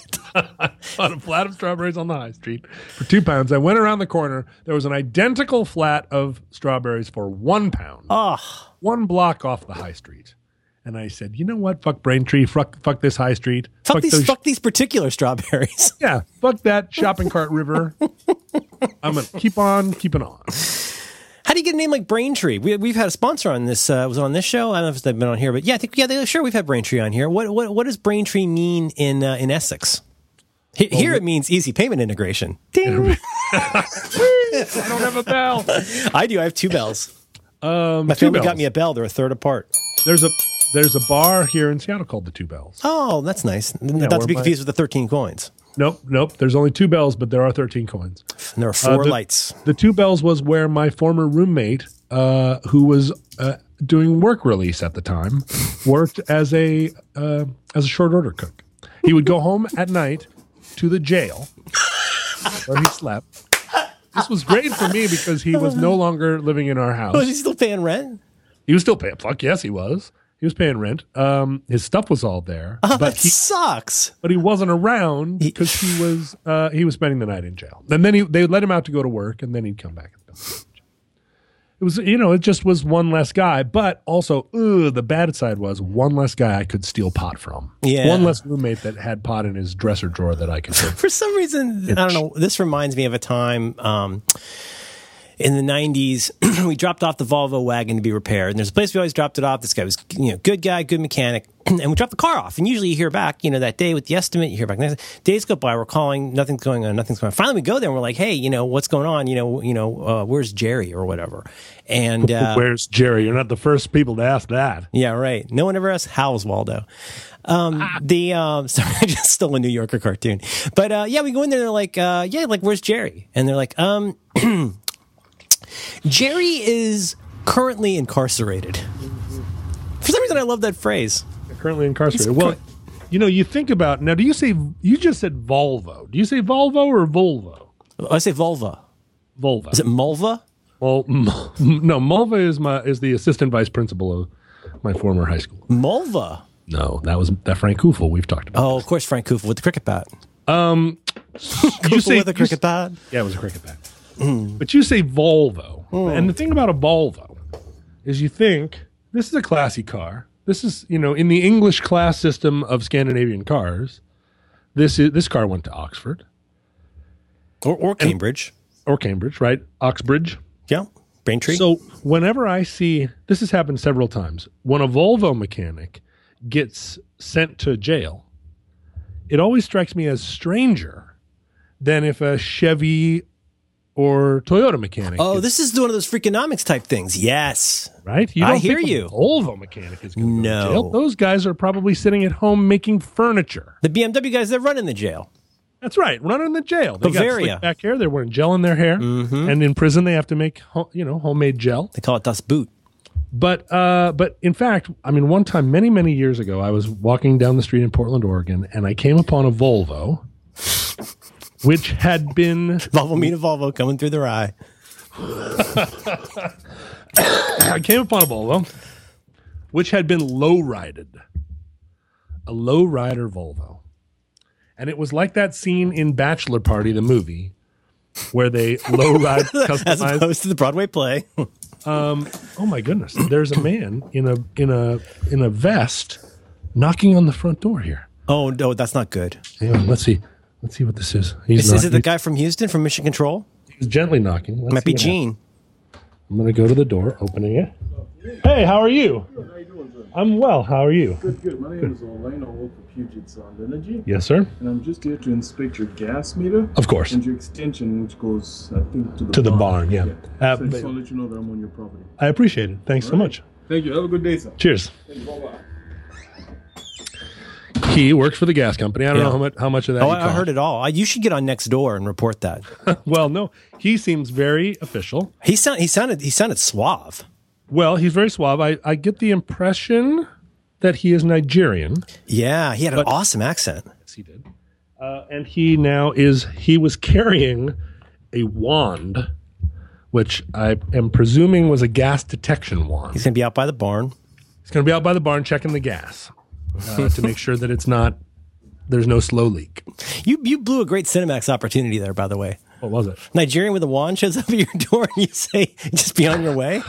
Speaker 2: on a flat of strawberries on the high street for two pounds. I went around the corner. There was an identical flat of strawberries for one pound.
Speaker 1: Ah,
Speaker 2: One block off the high street. And I said, you know what? Fuck Braintree. Fuck, fuck this high street.
Speaker 1: Fuck these,
Speaker 2: those-
Speaker 1: fuck these particular strawberries.
Speaker 2: yeah, fuck that shopping cart river. I'm going to keep on keeping on.
Speaker 1: How do you get a name like Braintree? We, we've had a sponsor on this. Uh, was it on this show? I don't know if they've been on here, but yeah, I think yeah, they, sure we've had Braintree on here. What what, what does Braintree mean in uh, in Essex? He- Here it means easy payment integration. Ding.
Speaker 2: I don't have a bell.
Speaker 1: *laughs* I do. I have two bells. Um, My family got
Speaker 2: bells.
Speaker 1: me a bell. They're a third apart.
Speaker 2: There's a there's a bar here in Seattle called the Two Bells.
Speaker 1: Oh, that's nice. Not to
Speaker 2: where
Speaker 1: be
Speaker 2: my-
Speaker 1: confused with the thirteen coins.
Speaker 2: Nope, nope. There's only two bells, but there are 13 coins.
Speaker 1: And there are four
Speaker 2: Uh, the-
Speaker 1: lights.
Speaker 2: The Two Bells was where my former roommate, uh, who was uh, doing work release at the time, *laughs* worked as a uh, as a short order cook. He would go home at night to the jail *laughs* where he slept. This was great for me because he was no longer living in our
Speaker 1: Was he *laughs*
Speaker 2: house.
Speaker 1: still paying rent?
Speaker 2: He was still paying. Fuck yes, he was. He was paying rent. Um, his stuff was all there,
Speaker 1: That
Speaker 2: but Uh, he
Speaker 1: sucks.
Speaker 2: but he wasn't around because he was uh, he was spending the night in jail. And then he, they let him out to go to work, and then he'd come back. And spend the night in jail. it was you know it just was one less guy, but also ugh, the bad side was one less guy I could steal pot from.
Speaker 1: Yeah.
Speaker 2: one less roommate that had pot in his dresser drawer that I
Speaker 1: *laughs*
Speaker 2: could. Take.
Speaker 1: for some reason, I don't know. This reminds me of a time um, in the '90s. *clears throat* we dropped off the Volvo wagon to be repaired, and there's a place we always dropped it off. This guy was, you know, good guy, good mechanic, *clears throat* and we dropped the car off. And usually, you hear back, you know, that day with the estimate. You hear back. Next, days go by, we're calling, nothing's going on, nothing's going on. Finally, we go there, and we're like, hey, you know, what's going on? You know, you know, uh, where's Jerry or whatever? And uh,
Speaker 2: Where's Jerry? You're not the first people to ask that.
Speaker 1: yeah, right. No one ever asked how's Waldo. Um, The um, *laughs* sorry, I just stole a New Yorker cartoon. But uh, yeah, we go in there. They're like, uh, yeah, like where's Jerry? And they're like, um, *clears throat* Jerry is currently incarcerated. For some reason, I love that phrase.
Speaker 2: Currently incarcerated. Well, you know, you think about now. Do you say you just said Volvo? Do you say Volvo or Volvo?
Speaker 1: I say vulva.
Speaker 2: Volvo.
Speaker 1: Is it mulva?
Speaker 2: *laughs* Well, m- no, Mulva is my is the assistant vice principal of my former high school.
Speaker 1: Mulva.
Speaker 2: No, that was that Frank Kufel we've talked about.
Speaker 1: Oh, of course, Frank Kufa with the cricket bat.
Speaker 2: you
Speaker 1: Kufa Oh, with the
Speaker 2: you
Speaker 1: cricket bat.
Speaker 2: yeah, it was a cricket bat. But you say Volvo,
Speaker 1: Hmm.
Speaker 2: and the thing about a Volvo is you think this is a classy car. This is you know in the English class system of Scandinavian cars, this is this car went to Oxford
Speaker 1: Or, or Cambridge.
Speaker 2: or Cambridge, right? Oxbridge.
Speaker 1: Yeah. Braintree.
Speaker 2: So whenever I see this has happened several times, when a Volvo mechanic gets sent to jail, it always strikes me as stranger than if a Chevy or Toyota mechanic.
Speaker 1: oh,
Speaker 2: gets-
Speaker 1: this is one of those Freakonomics type things. Yes.
Speaker 2: right? You
Speaker 1: I
Speaker 2: don't
Speaker 1: hear
Speaker 2: think
Speaker 1: you.
Speaker 2: A Volvo mechanic is going to
Speaker 1: No.
Speaker 2: go to jail. Those guys are probably sitting at home making furniture.
Speaker 1: The BMW guys, they're running the jail.
Speaker 2: That's right, running the jail. They got
Speaker 1: Bavaria. Mm-hmm.
Speaker 2: slick back hair. They're wearing gel in their hair, and in prison they have to make ho- you know homemade gel.
Speaker 1: They call it Das Boot.
Speaker 2: But uh, but in fact, I mean, one time, many many years ago, I was walking down the street in Portland, Oregon, and I came upon a Volvo, which had been
Speaker 1: Volvo meet a Volvo coming through the rye.
Speaker 2: I came upon a Volvo, which had been lowrided, a lowrider Volvo, and it was like that scene in Bachelor Party, the movie, where they lowride
Speaker 1: As
Speaker 2: customized
Speaker 1: opposed to the Broadway play. *laughs*
Speaker 2: Oh my goodness! There's a man in a in a in a vest knocking on the front door here.
Speaker 1: oh no, that's not good.
Speaker 2: Hang on, let's see. Let's see what this is. He's
Speaker 1: Is, Mm-hmm. is it the
Speaker 2: knocking-
Speaker 1: guy from Houston from Mission Control?
Speaker 2: he's gently knocking. Let's
Speaker 1: Might be
Speaker 2: see what
Speaker 1: Gene.
Speaker 2: happens. I'm gonna go to the door, opening it. Hey, how are you?
Speaker 5: How you doing, sir?
Speaker 2: I'm well. How are you?
Speaker 5: Good, good. My name is Orlando Wolf of Puget Sound Energy,
Speaker 2: Yes, sir.
Speaker 5: and I'm just here to inspect your gas meter
Speaker 2: Of course.
Speaker 5: and your extension, which goes, I think, to the
Speaker 2: To the barn, yeah. Uh,
Speaker 5: so I just
Speaker 2: but-
Speaker 5: want to let you know that I'm on your property.
Speaker 2: I appreciate it. Thanks so much.
Speaker 5: Thank you. Have a good day, sir.
Speaker 2: Cheers.
Speaker 5: Bye-bye.
Speaker 2: He works for the gas company. I don't
Speaker 1: Yeah.
Speaker 2: know how much how much of that.
Speaker 1: Oh,
Speaker 2: he
Speaker 1: I, I
Speaker 2: cost.
Speaker 1: heard it all. I, you should get on next door and report that.
Speaker 2: Well, no, he seems very official.
Speaker 1: He sound he sounded he sounded suave.
Speaker 2: Well, he's very suave. I, I get the impression that he is Nigerian.
Speaker 1: Yeah, he had an awesome accent.
Speaker 2: Yes, he did. Uh, and he now is he was carrying a wand, which I am presuming was a gas detection wand.
Speaker 1: He's gonna be out by the barn.
Speaker 2: He's going to be out by the barn checking the gas uh, to make sure that it's not there's no slow leak.
Speaker 1: You you blew a great Cinemax opportunity there, by the way.
Speaker 2: What was it?
Speaker 1: Nigerian with a wand shows up at your *laughs* door and you say, "Just be on your way."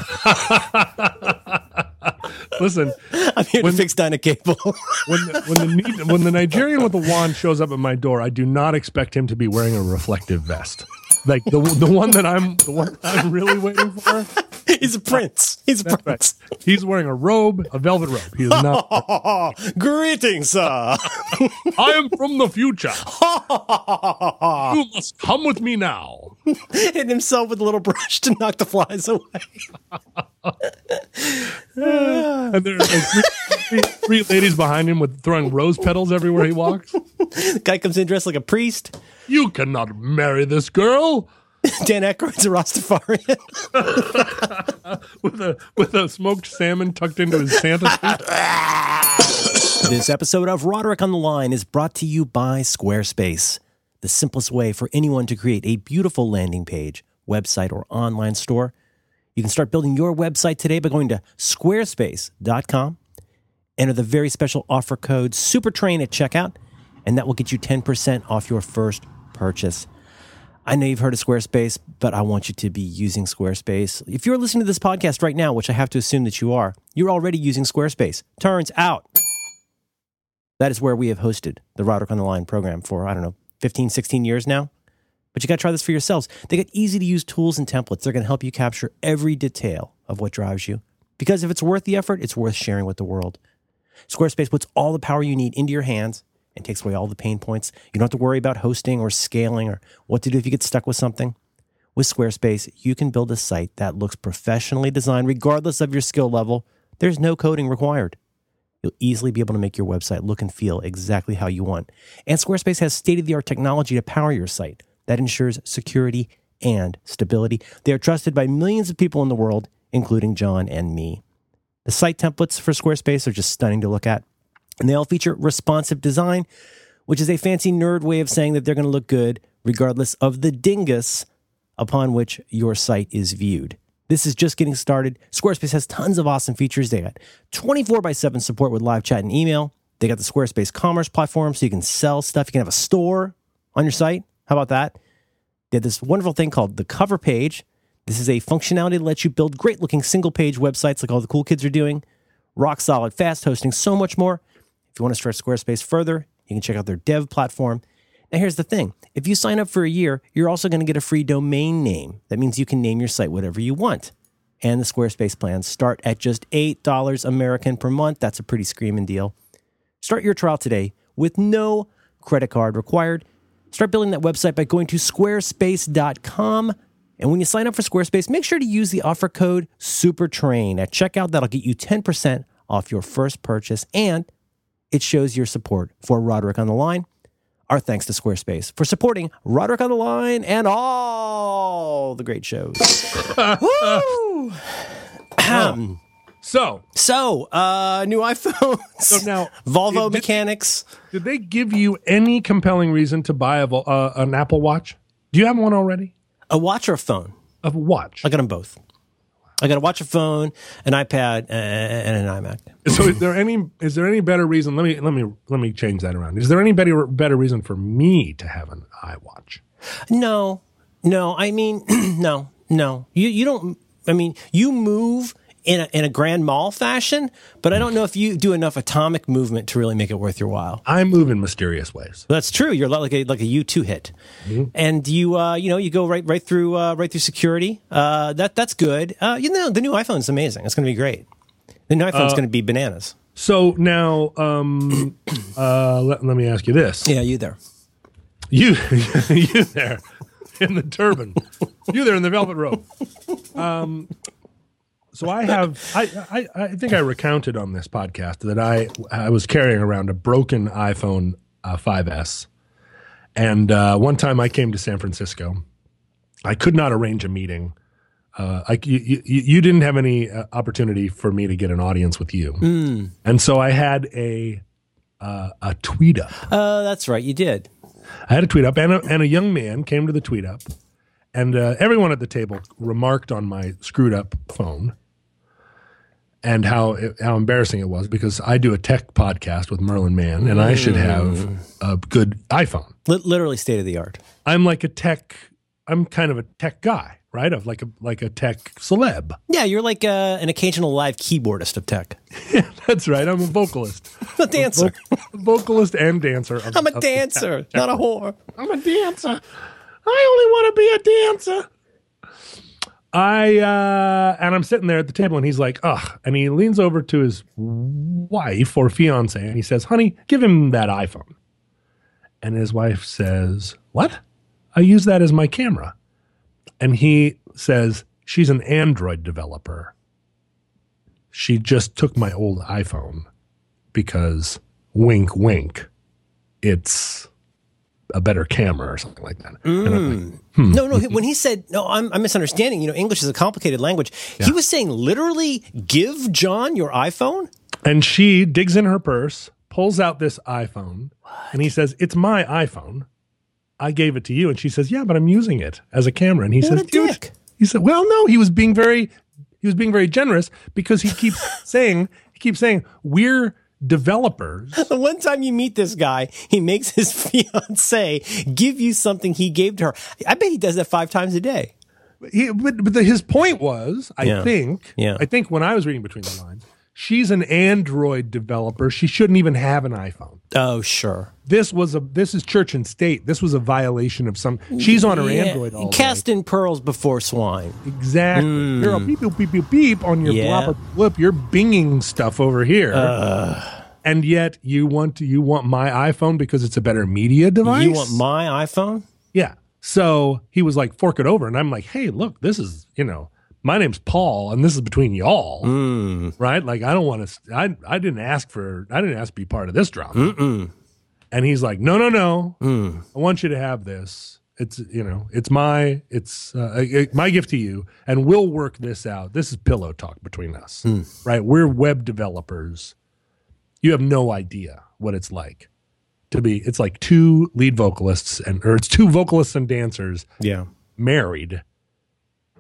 Speaker 2: Listen,
Speaker 1: I'm here to fix down a cable. *laughs*
Speaker 2: when the, when the need- when the Nigerian with the wand shows up at my door, I do not expect him to be wearing a reflective vest. Like the the one that I'm the one I'm really waiting for.
Speaker 1: He's a prince. He's a
Speaker 2: Right.
Speaker 1: prince.
Speaker 2: He's wearing a robe, a velvet robe. He is not.
Speaker 1: Greetings, sir.
Speaker 2: I am from the future. you must come with me now.
Speaker 1: *laughs* Hitting himself with a little brush to knock the flies away.
Speaker 2: And there are like three, three- three ladies behind him with throwing rose petals everywhere he walks.
Speaker 1: The guy comes in dressed like a priest.
Speaker 2: You cannot marry this girl
Speaker 1: Dan Aykroyd's a Rastafarian.
Speaker 2: with a with a smoked salmon tucked into his Santa
Speaker 1: *laughs*
Speaker 2: suit.
Speaker 1: This episode of Roderick on the Line is brought to you by Squarespace, the simplest way for anyone to create a beautiful landing page, website, or online store. You can start building your website today by going to squarespace.com. Enter the very special offer code SUPERTRAIN at checkout, and that will get you 10% off your first purchase. I know you've heard of Squarespace, but I want you to be using Squarespace. If you're listening to this podcast right now, which I have to assume that you are, you're already using Squarespace. Turns out. That is where we have hosted the Roderick on the Line program for, I don't know, 15, 16 years now. But you got to try this for yourselves. They got easy to use tools and templates. They're going to help you capture every detail of what drives you. Because if it's worth the effort, it's worth sharing with the world. Squarespace puts all the power you need into your hands and takes away all the pain points. You don't have to worry about hosting or scaling or what to do if you get stuck with something. With Squarespace, you can build a site that looks professionally designed regardless of your skill level. There's no coding required. You'll easily be able to make your website look and feel exactly how you want. And Squarespace has state of the art technology to power your site that ensures security and stability. They are trusted by millions of people in the world, including John and me. The site templates for Squarespace are just stunning to look at, and they all feature responsive design, which is a fancy nerd way of saying that they're going to look good regardless of the dingus upon which your site is viewed. This is just getting started. Squarespace has tons of awesome features. They got 24 by 7 support with live chat and email. They got the Squarespace commerce platform so you can sell stuff. You can have a store on your site. How about that? They had this wonderful thing called the cover page. This is a functionality that lets you build great looking single page websites like all the cool kids are doing. Rock solid, fast hosting, so much more. If you want to stretch Squarespace further, you can check out their dev platform. Now, here's the thing if you sign up for a year, you're also going to get a free domain name. That means you can name your site whatever you want. And the Squarespace plans start at just $8 American per month. That's a pretty screaming deal. Start your trial today with no credit card required. Start building that website by going to squarespace.com. And when you sign up for Squarespace, make sure to use the offer code SUPERTRAIN at checkout. That'll get you 10% off your first purchase. And it shows your support for Roderick on the Line. Our thanks to Squarespace for supporting Roderick on the Line and all the great shows. Woo! Ahem.
Speaker 2: So
Speaker 1: So, uh, new iPhones.
Speaker 2: So now-
Speaker 1: *laughs* Volvo
Speaker 2: it did-
Speaker 1: mechanics.
Speaker 2: Did they give you any compelling reason to buy a, vol- uh, an Apple Watch? Do you have one already?
Speaker 1: A watch or a phone?
Speaker 2: A watch.
Speaker 1: I got them both. I got a watch, a phone, an iPad, a- and an iMac.
Speaker 2: So is there any is there any better reason? Let me let me let me change that around. Is there any better better reason for me to have an iWatch?
Speaker 1: No, no. I mean, *clears throat* no, no. You you don't. I mean, you move in a, in a grand mall fashion, but I don't know if you do enough atomic movement to really make it worth your while.
Speaker 2: I move in mysterious ways.
Speaker 1: That's true. You're like a like a U two hit, and you uh, you know you go right right through uh, right through security. Uh, that that's good. Uh, you know the new iPhone's amazing. It's going to be great. The new iPhone's going to be bananas.
Speaker 2: So now, um, *coughs* uh, let, let me ask you this:
Speaker 1: Yeah, you there?
Speaker 2: *laughs* you you there in the turban, you there in the velvet robe. Um, so I have I, I I think I recounted on this podcast that I I was carrying around a broken iPhone uh, 5S, and uh, one time I came to San Francisco, I could not arrange a meeting. Uh, I, you, you, you didn't have any uh, opportunity for me to get an audience with you, and so I had a uh, a tweet up.
Speaker 1: Uh, that's right. You did.
Speaker 2: I had a tweet up, and a, and a young man came to the tweet up, and uh, everyone at the table remarked on my screwed up phone and how how embarrassing it was because I do a tech podcast with Merlin Mann, and I should have a good iPhone.
Speaker 1: Li- literally state of the art.
Speaker 2: I'm like a tech. I'm kind of a tech guy, right? Of like a like a tech celeb. *laughs*
Speaker 1: Yeah, you're like uh, an occasional live keyboardist of tech.
Speaker 2: That's right. I'm a vocalist,
Speaker 1: I'm a *laughs* dancer.
Speaker 2: vocalist and dancer. Of,
Speaker 1: I'm a
Speaker 2: of the
Speaker 1: dancer, not a whore.
Speaker 2: I'm a dancer. I only want to be a dancer. I uh and I'm sitting there at the table and he's like, "Ugh." And he leans over to his wife or fiance and he says, "Honey, give him that iPhone." And his wife says, "What? I use that as my camera." And he says, "She's an Android developer. She just took my old iPhone because wink wink. It's a better camera or something like that."
Speaker 1: Mm.
Speaker 2: And I'm like,
Speaker 1: No, no. he- When he said, no, I'm, I'm misunderstanding. You know, English is a complicated language. He was saying literally, give John your iPhone?
Speaker 2: And she digs in her purse, pulls out this iPhone, and he says, It's my iPhone. I gave it to you. And she says, Yeah, but I'm using it as a camera. And he
Speaker 1: What
Speaker 2: says,
Speaker 1: a
Speaker 2: "Dude."
Speaker 1: dick.
Speaker 2: He said, Well, no, he was being very he was being very generous because
Speaker 1: *laughs*
Speaker 2: he keeps saying, he keeps saying, We're developers.
Speaker 1: *laughs* The one time you meet this guy, he makes his *laughs* fiance give you something he gave to her. I bet he does that five times a day.
Speaker 2: He, but but the, his point was, I
Speaker 1: Yeah.
Speaker 2: think,
Speaker 1: Yeah.
Speaker 2: I think when I was reading between the lines, she's an Android developer. She shouldn't even have an iPhone.
Speaker 1: Oh, sure.
Speaker 2: this was a this is church and state. This was a violation of some. She's on her
Speaker 1: Yeah.
Speaker 2: Android all
Speaker 1: Cast in pearls before swine.
Speaker 2: day. Exactly. You're all beep beep beep beep beep on your
Speaker 1: Hmm. Yeah.
Speaker 2: blop blip. You're binging stuff over here.
Speaker 1: Uh.
Speaker 2: and yet you want to, you want my iPhone because it's a better media device.
Speaker 1: You want my iPhone?
Speaker 2: yeah. So he was like, fork it over, and I'm like, hey, look, this is you know, my name's Paul, and this is between y'all, right? Like, I don't want to. I I didn't ask for. I didn't ask to be part of this drama. And he's like, no, no, no. I want you to have this. It's you know, it's my it's uh, uh, my gift to you, and we'll work this out. This is pillow talk between us, right? We're web developers. You have no idea what it's like to be. It's like two lead vocalists and or it's two vocalists and dancers
Speaker 1: Yeah.
Speaker 2: married.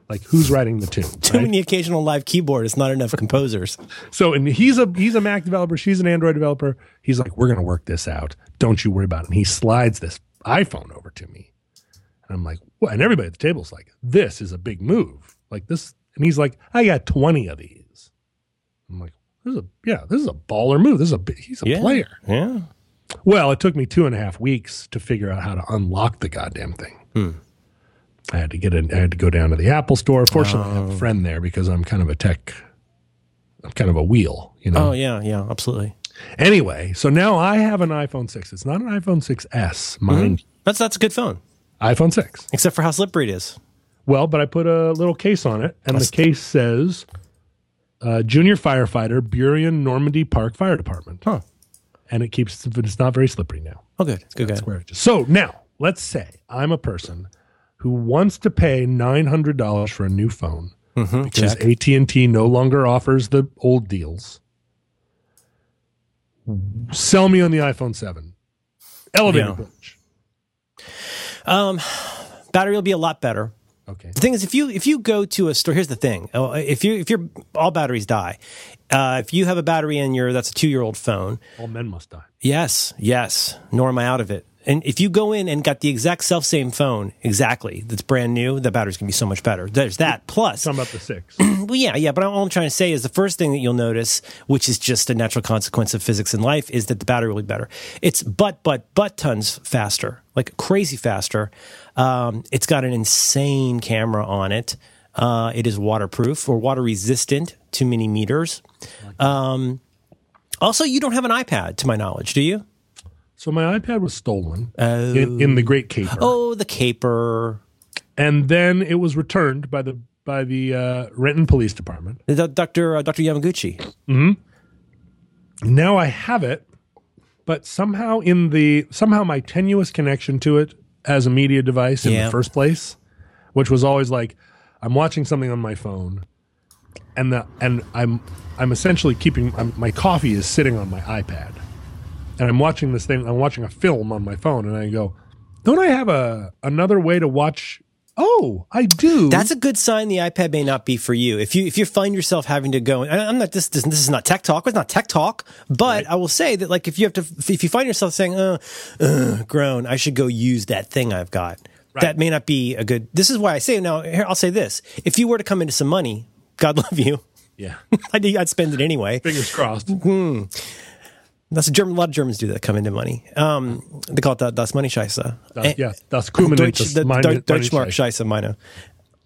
Speaker 2: Like who's writing the tune?
Speaker 1: Too
Speaker 2: right?
Speaker 1: many occasional live keyboardists, not enough composers.
Speaker 2: So and he's a he's a Mac developer, she's an Android developer. He's like, we're gonna work this out. Don't you worry about it. And he slides this iPhone over to me. And I'm like, what? And everybody at the table's like, this is a big move. Like this. And he's like, I got 20 of these. I'm like, this is a yeah, this is a baller move. This is a big- he's a
Speaker 1: Yeah.
Speaker 2: player.
Speaker 1: Yeah.
Speaker 2: Well, it took me two and a half weeks to figure out how to unlock the goddamn thing.
Speaker 1: Hmm.
Speaker 2: I had to get it. I had to go down to the Apple store. Fortunately, I have
Speaker 1: Oh.
Speaker 2: a friend there because I'm kind of a tech. I'm kind of a wheel, you know.
Speaker 1: Oh, yeah. Yeah. Absolutely.
Speaker 2: Anyway, so now I have an iPhone 6. It's not an iPhone 6S, mind
Speaker 1: That's that's a good phone,
Speaker 2: you. iPhone 6.
Speaker 1: except for how slippery it is.
Speaker 2: Well, but I put a little case on it, and the case says uh, Junior Firefighter, Burien Normandy Park Fire Department.
Speaker 1: Huh.
Speaker 2: And it keeps, but it's not very slippery now.
Speaker 1: Oh, good. It's good.
Speaker 2: Where it just- So now, let's say I'm a person who wants to pay $900 for a new phone,
Speaker 1: Mm-hmm.
Speaker 2: because AT and T no longer offers the old deals. Sell me on the iPhone Seven. Elevator
Speaker 1: Yeah.
Speaker 2: pitch.
Speaker 1: Um, battery will be a lot better.
Speaker 2: Okay.
Speaker 1: The thing is, if you if you go to a store, here's the thing: Oh, if you if your all batteries die, uh, if you have a battery in your that's a two year old phone,
Speaker 2: All men must die.
Speaker 1: Yes, yes. Nor am I out of it. And if you go in and got the exact self same phone, exactly, that's brand new, the battery's gonna be so much better. There's that. Plus,
Speaker 2: Sum up
Speaker 1: *clears throat*
Speaker 2: the six.
Speaker 1: well, yeah, yeah. But all I'm trying to say is the first thing that you'll notice, which is just a natural consequence of physics in life, is that the battery will be better. It's but but but tons faster, like crazy faster. Um, it's got an insane camera on it. Uh, it is waterproof or water resistant to many meters. Um, also, you don't have an iPad, to my knowledge, do you?
Speaker 2: so my iPad was stolen in, in the Great Caper,
Speaker 1: Oh, the caper.
Speaker 2: and then it was returned by the by the uh, Renton Police Department.
Speaker 1: The doc- Dr. Uh, Dr. Yamaguchi.
Speaker 2: Now I have it, but somehow in the somehow my tenuous connection to it as a media device in
Speaker 1: Yeah.
Speaker 2: the first place, which was always like I'm watching something on my phone, and the and I'm I'm essentially keeping I'm, my coffee is sitting on my iPad, and I'm watching this thing. I'm watching a film on my phone, and I go, don't I have a another way to watch? Oh, I do.
Speaker 1: That's a good sign the iPad may not be for you. If you if you find yourself having to go, and I'm not this this, this is not tech talk. It's not tech talk, but I will say that like if you have to if you find yourself saying, "Uh, uh groan, I should go use that thing I've got." That may not be a good. This is why I say now. Here, I'll say this: if you were to come into some money, God *laughs* love you,
Speaker 2: *laughs* yeah.
Speaker 1: I'd, I'd spend it anyway.
Speaker 2: Fingers
Speaker 1: *laughs*
Speaker 2: crossed.
Speaker 1: That's a German. A lot of Germans do that. Come into money. Um, they call it that, das Money Scheiße.
Speaker 2: Das- yeah, das Krummen
Speaker 1: Eh, Deutsch,
Speaker 2: das
Speaker 1: the
Speaker 2: Mein-
Speaker 1: Deu-
Speaker 2: Mein-
Speaker 1: Deutschmark Scheiße meine.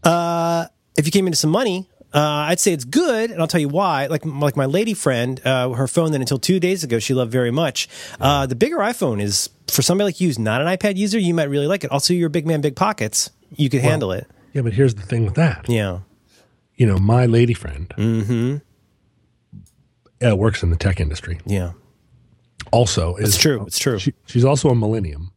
Speaker 1: Uh, if you came into some money, uh, I'd say it's good, and I'll tell you why. Like like my lady friend, uh, her phone that until two days ago she loved very much. Uh, the bigger iPhone is for somebody like you who's not an iPad user, you might really like it. Also, you're a big man, big pockets. You could handle it.
Speaker 2: Yeah, but here's the thing with that.
Speaker 1: Yeah.
Speaker 2: you know, my lady friend
Speaker 1: Mm-hmm.
Speaker 2: uh, works in the tech industry.
Speaker 1: Yeah.
Speaker 2: Also, is,
Speaker 1: It's true. It's true.
Speaker 2: She, she's also
Speaker 1: *laughs*
Speaker 2: a millennium,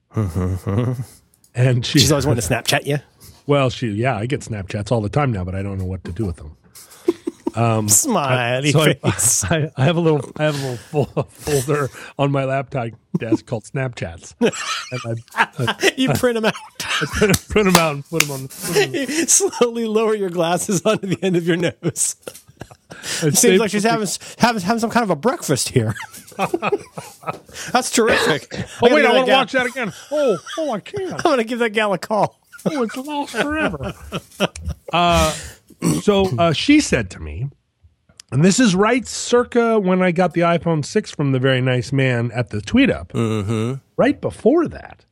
Speaker 2: and she,
Speaker 1: She's always wanted to Snapchat you.
Speaker 2: *laughs* well, she yeah, I get Snapchats all the time now, but I don't know what to do with
Speaker 1: *laughs*
Speaker 2: them.
Speaker 1: Smiley
Speaker 2: So I,
Speaker 1: face.
Speaker 2: *laughs* I, I have a little I have a little full, *laughs* folder on my laptop desk called
Speaker 1: *laughs*
Speaker 2: Snapchats, and I,
Speaker 1: you print them out. *laughs*
Speaker 2: I print, print them out and put them on. Put 'em-
Speaker 1: Slowly lower your glasses onto the end of your nose.
Speaker 2: I
Speaker 1: Seems
Speaker 2: save
Speaker 1: like she's
Speaker 2: them.
Speaker 1: having, having having some kind of a breakfast here. *laughs* That's terrific.
Speaker 2: Oh wait, I
Speaker 1: gotta give gal-
Speaker 2: want to watch that again. Oh, oh, I
Speaker 1: *laughs*
Speaker 2: can't.
Speaker 1: I'm gonna give that gal a call.
Speaker 2: Oh, it's lost forever. uh, so uh, she said to me, and this is right circa when I got the iPhone 6 from the very nice man at the tweet up. Mm-hmm. Right before that,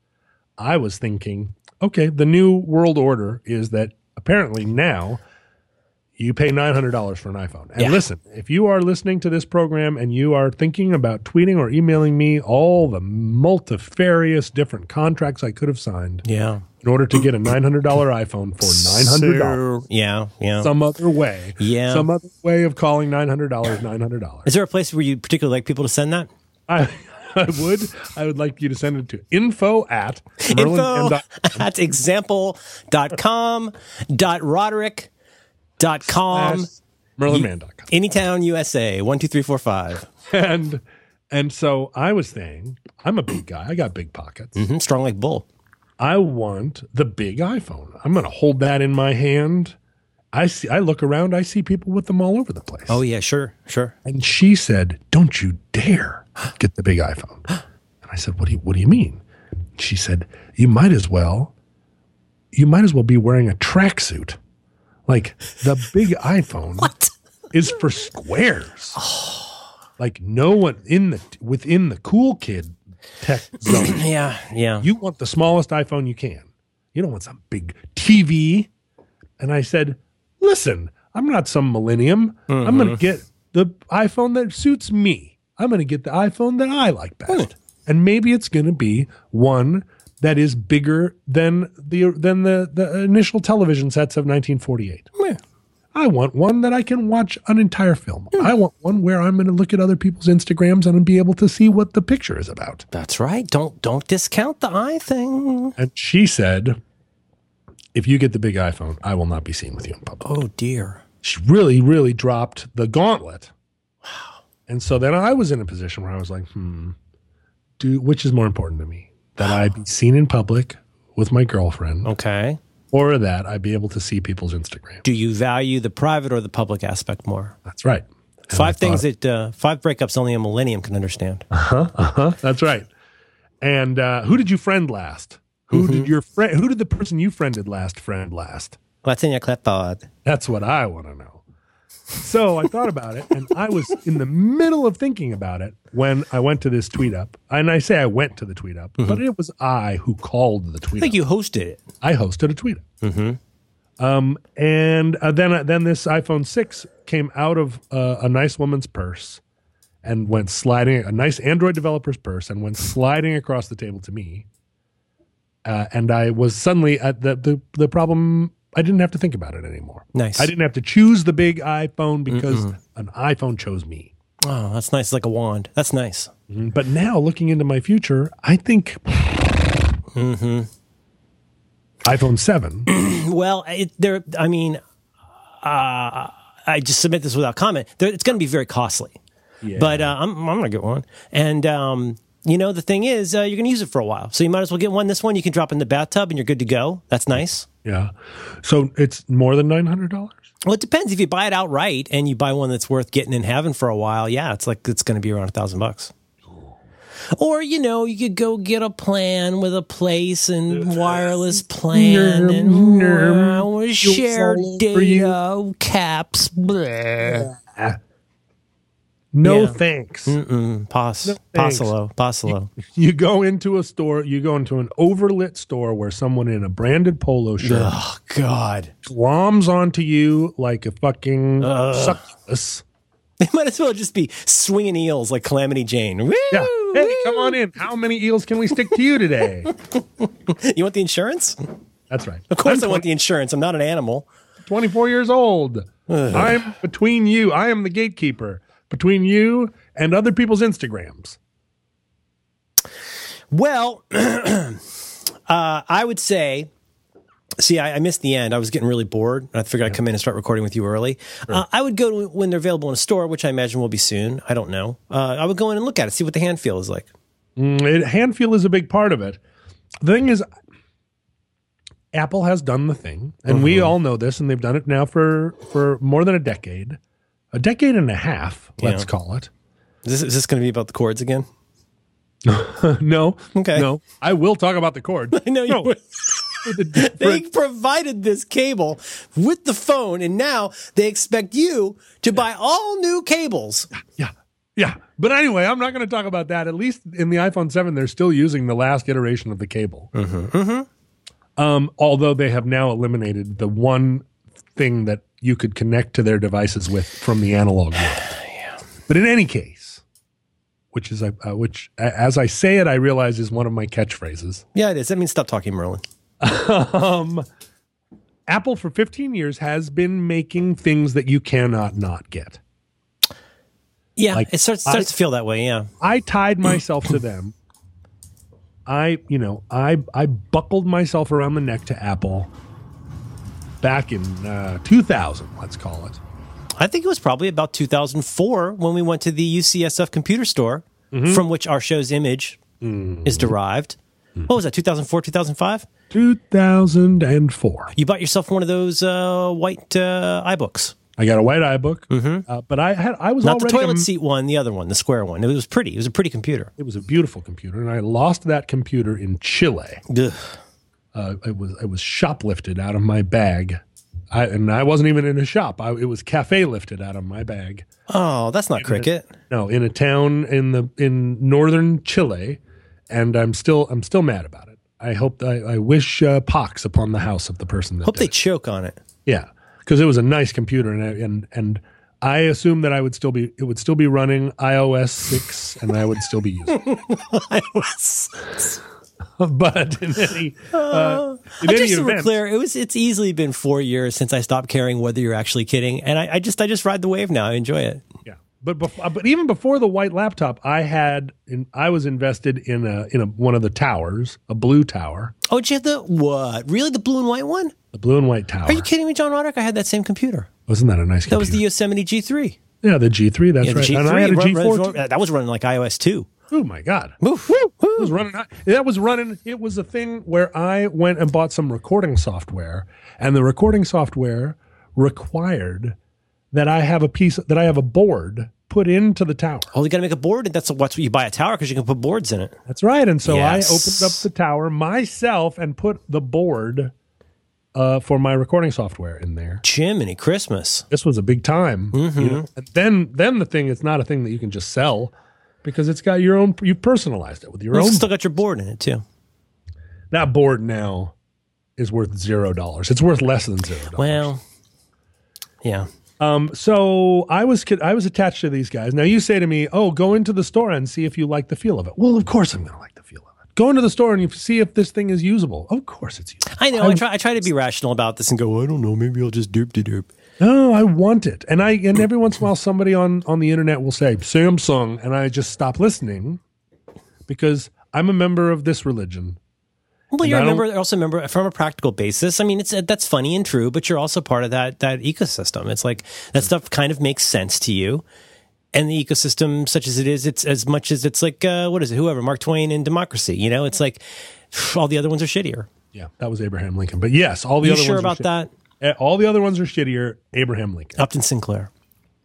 Speaker 2: I was thinking, okay, the new world order is that apparently now you pay $900 for an iPhone. And
Speaker 1: Yeah.
Speaker 2: listen, if you are listening to this program and you are thinking about tweeting or emailing me all the multifarious different contracts I could have signed,
Speaker 1: Yeah.
Speaker 2: in order to get a nine hundred dollar iPhone for nine hundred dollars.
Speaker 1: Yeah. Yeah.
Speaker 2: Some other way,
Speaker 1: Yeah.
Speaker 2: Some other way of calling nine hundred dollars nine
Speaker 1: *laughs*
Speaker 2: hundred dollars.
Speaker 1: Is there a place where you particularly like people to send that?
Speaker 2: I, I would, I would like you to send it to info at
Speaker 1: Info *laughs*
Speaker 2: merlinm.com.
Speaker 1: at example.com dot roderick dot com
Speaker 2: merlinman.com.
Speaker 1: anytown USA one two three four five.
Speaker 2: And and so I was saying, I'm a big guy. I got big pockets.
Speaker 1: Mm-hmm. Strong like bull.
Speaker 2: I want the big iPhone. I'm going to hold that in my hand. I see. I look around. I see people with them all over the place.
Speaker 1: Oh yeah, sure, sure. *clears throat*
Speaker 2: And she said, "Don't you dare get the big iPhone." And I said, "What do you What do you mean?" She said, "You might as well, you might as well be wearing a tracksuit, like the big iPhone is for squares. like no one in the within the cool kid tech zone.
Speaker 1: Yeah, yeah.
Speaker 2: you want the smallest iPhone you can. You don't want some big TV." And I said, listen, I'm not some millennium. I'm going to get the iPhone that suits me. I'm going to get the iPhone that I like best. And maybe it's going to be one that is bigger than the than the, the initial television sets of 1948. I want one that I can watch an entire film. I want one where I'm going to look at other people's Instagrams and be able to see what the picture is about.
Speaker 1: That's right. Don't don't discount the eye thing.
Speaker 2: And she said, if you get the big iPhone, I will not be seen with you in public.
Speaker 1: Oh dear.
Speaker 2: she really, really dropped the gauntlet. And so then I was in a position where I was like, hmm, do which is more important to me? That I be seen in public with my girlfriend,
Speaker 1: Okay.
Speaker 2: or that I be able to see people's Instagram.
Speaker 1: Do you value the private or the public aspect more?
Speaker 2: That's right. And I
Speaker 1: Five
Speaker 2: thought-
Speaker 1: things that uh, five breakups only a millennium can *laughs* understand.
Speaker 2: That's right. And uh, who did you friend last? Who
Speaker 1: Mm-hmm.
Speaker 2: did your friend? Who did the person you friended last friend last?
Speaker 1: What's in your clipboard?
Speaker 2: That's what I want to know. So I thought about it, and I was in the middle of thinking about it when I went to this tweet up. And I say I went to the tweet up, but it was I who called the
Speaker 1: I
Speaker 2: tweet
Speaker 1: think
Speaker 2: up.
Speaker 1: you hosted it.
Speaker 2: I hosted a tweet up. Um, and uh, then then this iPhone six came out of uh, a nice woman's purse and went sliding a nice Android developer's purse and went sliding across the table to me. Uh, and I was suddenly at the, the the problem. I didn't have to think about it anymore.
Speaker 1: Nice.
Speaker 2: I didn't have to choose the big iPhone because an iPhone chose me.
Speaker 1: Oh, that's nice. It's like a wand. That's nice.
Speaker 2: But now looking into my future, I think iPhone seven.
Speaker 1: *clears throat* Well, it, there. I mean, uh, I just submit this without comment. There, it's going to be very costly, but uh, I'm I'm going to get one. And um, you know, the thing is, uh, you're going to use it for a while, so you might as well get one. This one you can drop in the bathtub, and you're good to go. That's nice.
Speaker 2: Yeah. So it's more than nine hundred dollars.
Speaker 1: Well, it depends. If you buy it outright and you buy one that's worth getting and having for a while, yeah, it's like it's going to be around a thousand bucks. Or you know, you could go get a plan with a place
Speaker 2: *laughs*
Speaker 1: and wireless plan and wow, share data caps. Bleh.
Speaker 2: No
Speaker 1: Yeah.
Speaker 2: thanks.
Speaker 1: Pos,
Speaker 2: thanks.
Speaker 1: posilo, posilo.
Speaker 2: Mm. You *laughs* go into a store. You go into an overlit store where someone in a branded polo shirt
Speaker 1: Oh God,
Speaker 2: gloms onto you like a fucking succubus.
Speaker 1: they might as well just be swinging eels like Calamity Jane. Woo,
Speaker 2: Yeah. Hey,
Speaker 1: woo.
Speaker 2: come on in. How many eels can we stick to you today?
Speaker 1: You want the insurance?
Speaker 2: That's right.
Speaker 1: Of course,
Speaker 2: I'm
Speaker 1: I want the insurance. I'm not an animal.
Speaker 2: 24 years old. I'm between you. I am the gatekeeper between you and other people's Instagrams.
Speaker 1: Well, *clears throat* uh, I would say. See, I, I missed the end. I was getting really bored. I figured I'd come in and start recording with you early. Uh, I would go to when they're available in a store, which I imagine will be soon. I don't know. Uh, I would go in and look at it, see what the hand feel is like.
Speaker 2: Mm, It, hand feel is a big part of it. The thing is, Apple has done the thing, and we
Speaker 1: Mm-hmm.
Speaker 2: all know this, and they've done it now for for more than a decade, a decade and a half, let's
Speaker 1: Yeah. *laughs*
Speaker 2: call it.
Speaker 1: Is this, is this going to be about the chords again? *laughs*
Speaker 2: no,
Speaker 1: Okay.
Speaker 2: no, I will talk about the cord.
Speaker 1: *laughs* I know you.
Speaker 2: No, *laughs* the
Speaker 1: They
Speaker 2: different-
Speaker 1: provided this cable with the phone, and now they expect you to buy all new cables.
Speaker 2: yeah, yeah. But anyway, I'm not going to talk about that. At least in the iPhone 7, they're still using the last iteration of the cable. Um, although they have now eliminated the one thing that you could connect to their devices with from the analog world. But in any case, which is uh, uh, which, a- as I say it, I realize is one of my catchphrases.
Speaker 1: Yeah, it is. I mean, stop talking, Merlin.
Speaker 2: Um, Apple for 15 years has been making things that you cannot not get.
Speaker 1: Yeah,
Speaker 2: Like,
Speaker 1: it starts starts
Speaker 2: I-
Speaker 1: to feel that way. Yeah.
Speaker 2: I tied myself to them. I, you know, I I buckled myself around the neck to Apple back in uh, 2000, let's call it.
Speaker 1: I think it was probably about 2004 when we went to the UCSF computer store,
Speaker 2: Mm-hmm.
Speaker 1: from which our show's image
Speaker 2: Mm.
Speaker 1: is derived. What was that? 2004, 2005?
Speaker 2: 2004.
Speaker 1: You bought yourself one of those uh, white uh, iBooks.
Speaker 2: I got a white iBook, uh, but I had I was
Speaker 1: Mm-hmm. Not the
Speaker 2: already
Speaker 1: toilet
Speaker 2: a-
Speaker 1: seat one, the other one, the square one. It was pretty. It was a pretty computer.
Speaker 2: It was a beautiful computer, and I lost that computer in Chile.
Speaker 1: Ugh.
Speaker 2: Uh, it was it was shoplifted out of my bag, I, and I wasn't even in a shop. I, it was cafe lifted out of my bag.
Speaker 1: Oh, that's not cricket.
Speaker 2: No, in a town in the in northern Chile, and I'm still I'm still mad about it. I hope I, I wish uh, pox upon the house of the person that
Speaker 1: Hope
Speaker 2: did
Speaker 1: they
Speaker 2: it.
Speaker 1: choke on
Speaker 2: *laughs*
Speaker 1: it.
Speaker 2: yeah, because it was a nice computer, and I, and and I assumed that I would still be it would still be running iOS six, and I would still
Speaker 1: *laughs*
Speaker 2: be using. it. but in any uh, in
Speaker 1: I
Speaker 2: any
Speaker 1: just to be
Speaker 2: event,
Speaker 1: clear, it was it's easily been four years since I stopped caring whether you're actually kidding, and I, I just I just ride the wave now. I enjoy it.
Speaker 2: yeah. But bef- uh, but even before the white laptop, I had in, I was invested in a in a, one of the towers, a blue tower,
Speaker 1: Oh, did you have the what? Really, the blue and white one?
Speaker 2: the blue and white tower.
Speaker 1: Are you kidding me, John Roderick? I had that same computer.
Speaker 2: Wasn't that a nice?
Speaker 1: That was the
Speaker 2: computer?
Speaker 1: Yosemite G3.
Speaker 2: yeah the G three. That's
Speaker 1: Yeah, the
Speaker 2: right.
Speaker 1: G3.
Speaker 2: And I had a
Speaker 1: run-
Speaker 2: G
Speaker 1: run-
Speaker 2: four.
Speaker 1: run- that was running like iOS 2.
Speaker 2: Oh my god.
Speaker 1: Woof, woo, woo.
Speaker 2: It was running. That was running. It was a thing where I went and bought some recording software, and the recording software required that I have a piece that I have a board put into the tower.
Speaker 1: Oh, you got to make a board, and that's what's what you buy a tower because you can put boards in it.
Speaker 2: That's right. And so I
Speaker 1: Yes.
Speaker 2: opened up the tower myself and put the board uh, for my recording software in there.
Speaker 1: Jiminy Christmas.
Speaker 2: This was a big time.
Speaker 1: Mm-hmm.
Speaker 2: you know? And then, then the thing it's not a thing that you can just sell because it's got your own. You personalized it with your
Speaker 1: Well,
Speaker 2: own.
Speaker 1: it's still got your board in it too.
Speaker 2: that board now is worth zero dollars. It's worth less than zero. dollars.
Speaker 1: Well, yeah.
Speaker 2: Um, so I was kid- I was attached to these guys. Now you say to me, "Oh, go into the store and see if you like the feel of it." Well, of course I'm going to like the feel of it. Go into the store and you see if this thing is usable. Of course it's usable.
Speaker 1: I know. I try. I try to be rational about this and go. I don't know. Maybe I'll just derp de derp.
Speaker 2: No, I want it. And I and every once in a while somebody on on the internet will say Samsung and I just stop listening because I'm a member of this religion.
Speaker 1: Well, you
Speaker 2: I don't-
Speaker 1: remember also remember from a practical basis. I mean, it's that's funny and true, but you're also part of that that ecosystem. It's like that stuff kind of makes sense to you, and the ecosystem, such as it is, it's as much as it's like uh, what is it? Whoever Mark Twain and Democracy. You know, it's like *sighs* all the other ones are shittier.
Speaker 2: Yeah, that was Abraham Lincoln. But yes, all the
Speaker 1: you
Speaker 2: other
Speaker 1: sure about
Speaker 2: ones are
Speaker 1: that?
Speaker 2: that? All the other ones are shittier. Abraham Lincoln.
Speaker 1: Upton Sinclair.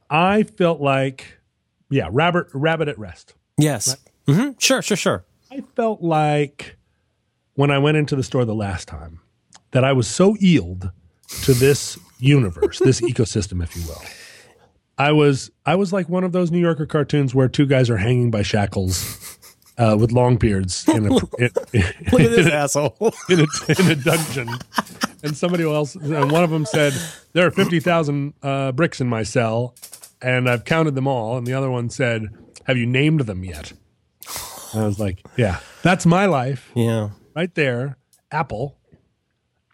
Speaker 2: I felt like yeah, rabbit rabbit at rest.
Speaker 1: Yes. hmm Sure. Sure.
Speaker 2: *laughs*
Speaker 1: Sure.
Speaker 2: I felt like when I went into the store the last time that I was so eeled to this universe,
Speaker 1: *laughs*
Speaker 2: this ecosystem, if you will. I was I was like one of those New Yorker cartoons where two guys are hanging by shackles uh, with long beards in a,
Speaker 1: *laughs*
Speaker 2: in,
Speaker 1: Look
Speaker 2: *laughs*
Speaker 1: at this asshole.
Speaker 2: in a, in a dungeon, and somebody else and one of them said there are fifty thousand uh, bricks in my cell, and I've counted them all, and the other one said, "Have you named them yet?" And I was like, "Yeah, that's my life."
Speaker 1: *laughs* yeah.
Speaker 2: right there, Apple,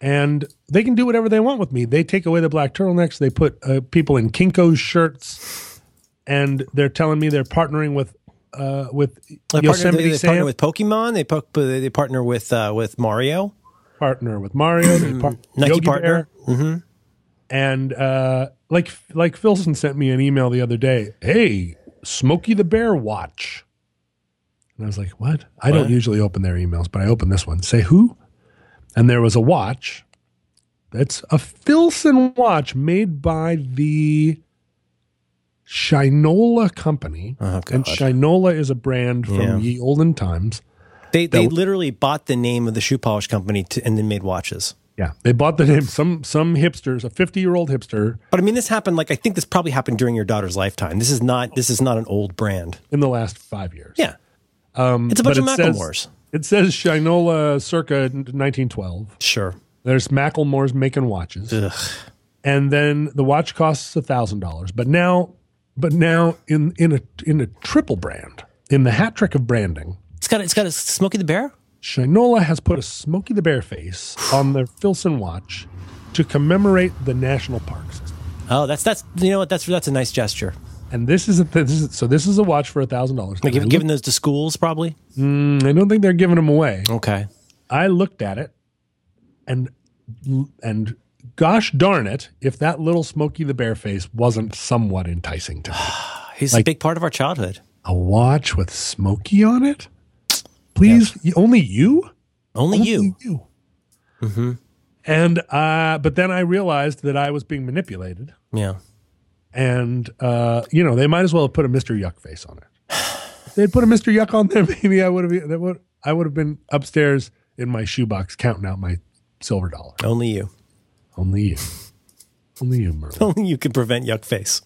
Speaker 2: and they can do whatever they want with me. They take away the black turtlenecks. They put uh, people in Kinko's shirts, and they're telling me they're partnering with uh, with
Speaker 1: They partner,
Speaker 2: Yosemite
Speaker 1: they, they
Speaker 2: Sam,
Speaker 1: partner with Pokemon. They, po- they partner with uh, with Mario.
Speaker 2: partner with Mario, they par-
Speaker 1: *clears throat* Nike
Speaker 2: Yogi
Speaker 1: partner.
Speaker 2: Bear. and uh, like like Philson sent me an email the other day. Hey, Smokey the Bear watch, and I was like, what? I don't usually open their emails, but I opened this one. Say who? And there was a watch. That's a Philson watch made by the Shinola Company,
Speaker 1: Oh,
Speaker 2: and
Speaker 1: God.
Speaker 2: Shinola is a brand from
Speaker 1: Yeah.
Speaker 2: ye olden times.
Speaker 1: They they literally bought the name of the shoe polish company to, and then made watches.
Speaker 2: Yeah, they bought the name. Some some hipsters, a fifty year old hipster,
Speaker 1: But I mean, this happened. Like I think this probably happened during your daughter's lifetime. This is not this is not an old brand.
Speaker 2: in the last five years.
Speaker 1: Yeah, it's a bunch of Macklemores.
Speaker 2: Says, it says Shinola circa 1912.
Speaker 1: sure.
Speaker 2: There's Macklemore's making watches,
Speaker 1: Ugh.
Speaker 2: and then the watch costs a thousand dollars. But now, but now in in a in a triple brand, in the hat trick of branding,
Speaker 1: It's got it's got a Smokey the Bear.
Speaker 2: Shinola has put a Smokey the Bear face on their Filson watch to commemorate the national parks.
Speaker 1: Oh, that's that's you know what that's that's a nice gesture.
Speaker 2: And this is a this is so this is a watch for a thousand dollars.
Speaker 1: Like give, giving those to schools probably.
Speaker 2: I don't think they're giving them away.
Speaker 1: Okay.
Speaker 2: I looked at it and and gosh darn it, if that little Smokey the Bear face wasn't somewhat enticing to me.
Speaker 1: He's a big part of our childhood.
Speaker 2: A watch with Smokey on it? Please, y- only you?
Speaker 1: Only
Speaker 2: Only
Speaker 1: you.
Speaker 2: And uh, but then I realized that I was being manipulated,
Speaker 1: Yeah.
Speaker 2: and uh, you know they might as well have put a Mister Yuck face on it. If they'd put a Mister Yuck on there, *laughs* maybe I would have. That would I would have been upstairs in my shoebox counting out my silver dollar.
Speaker 1: Only you. *laughs*
Speaker 2: Only you, only you, Merlin.
Speaker 1: Only you can prevent yuck face.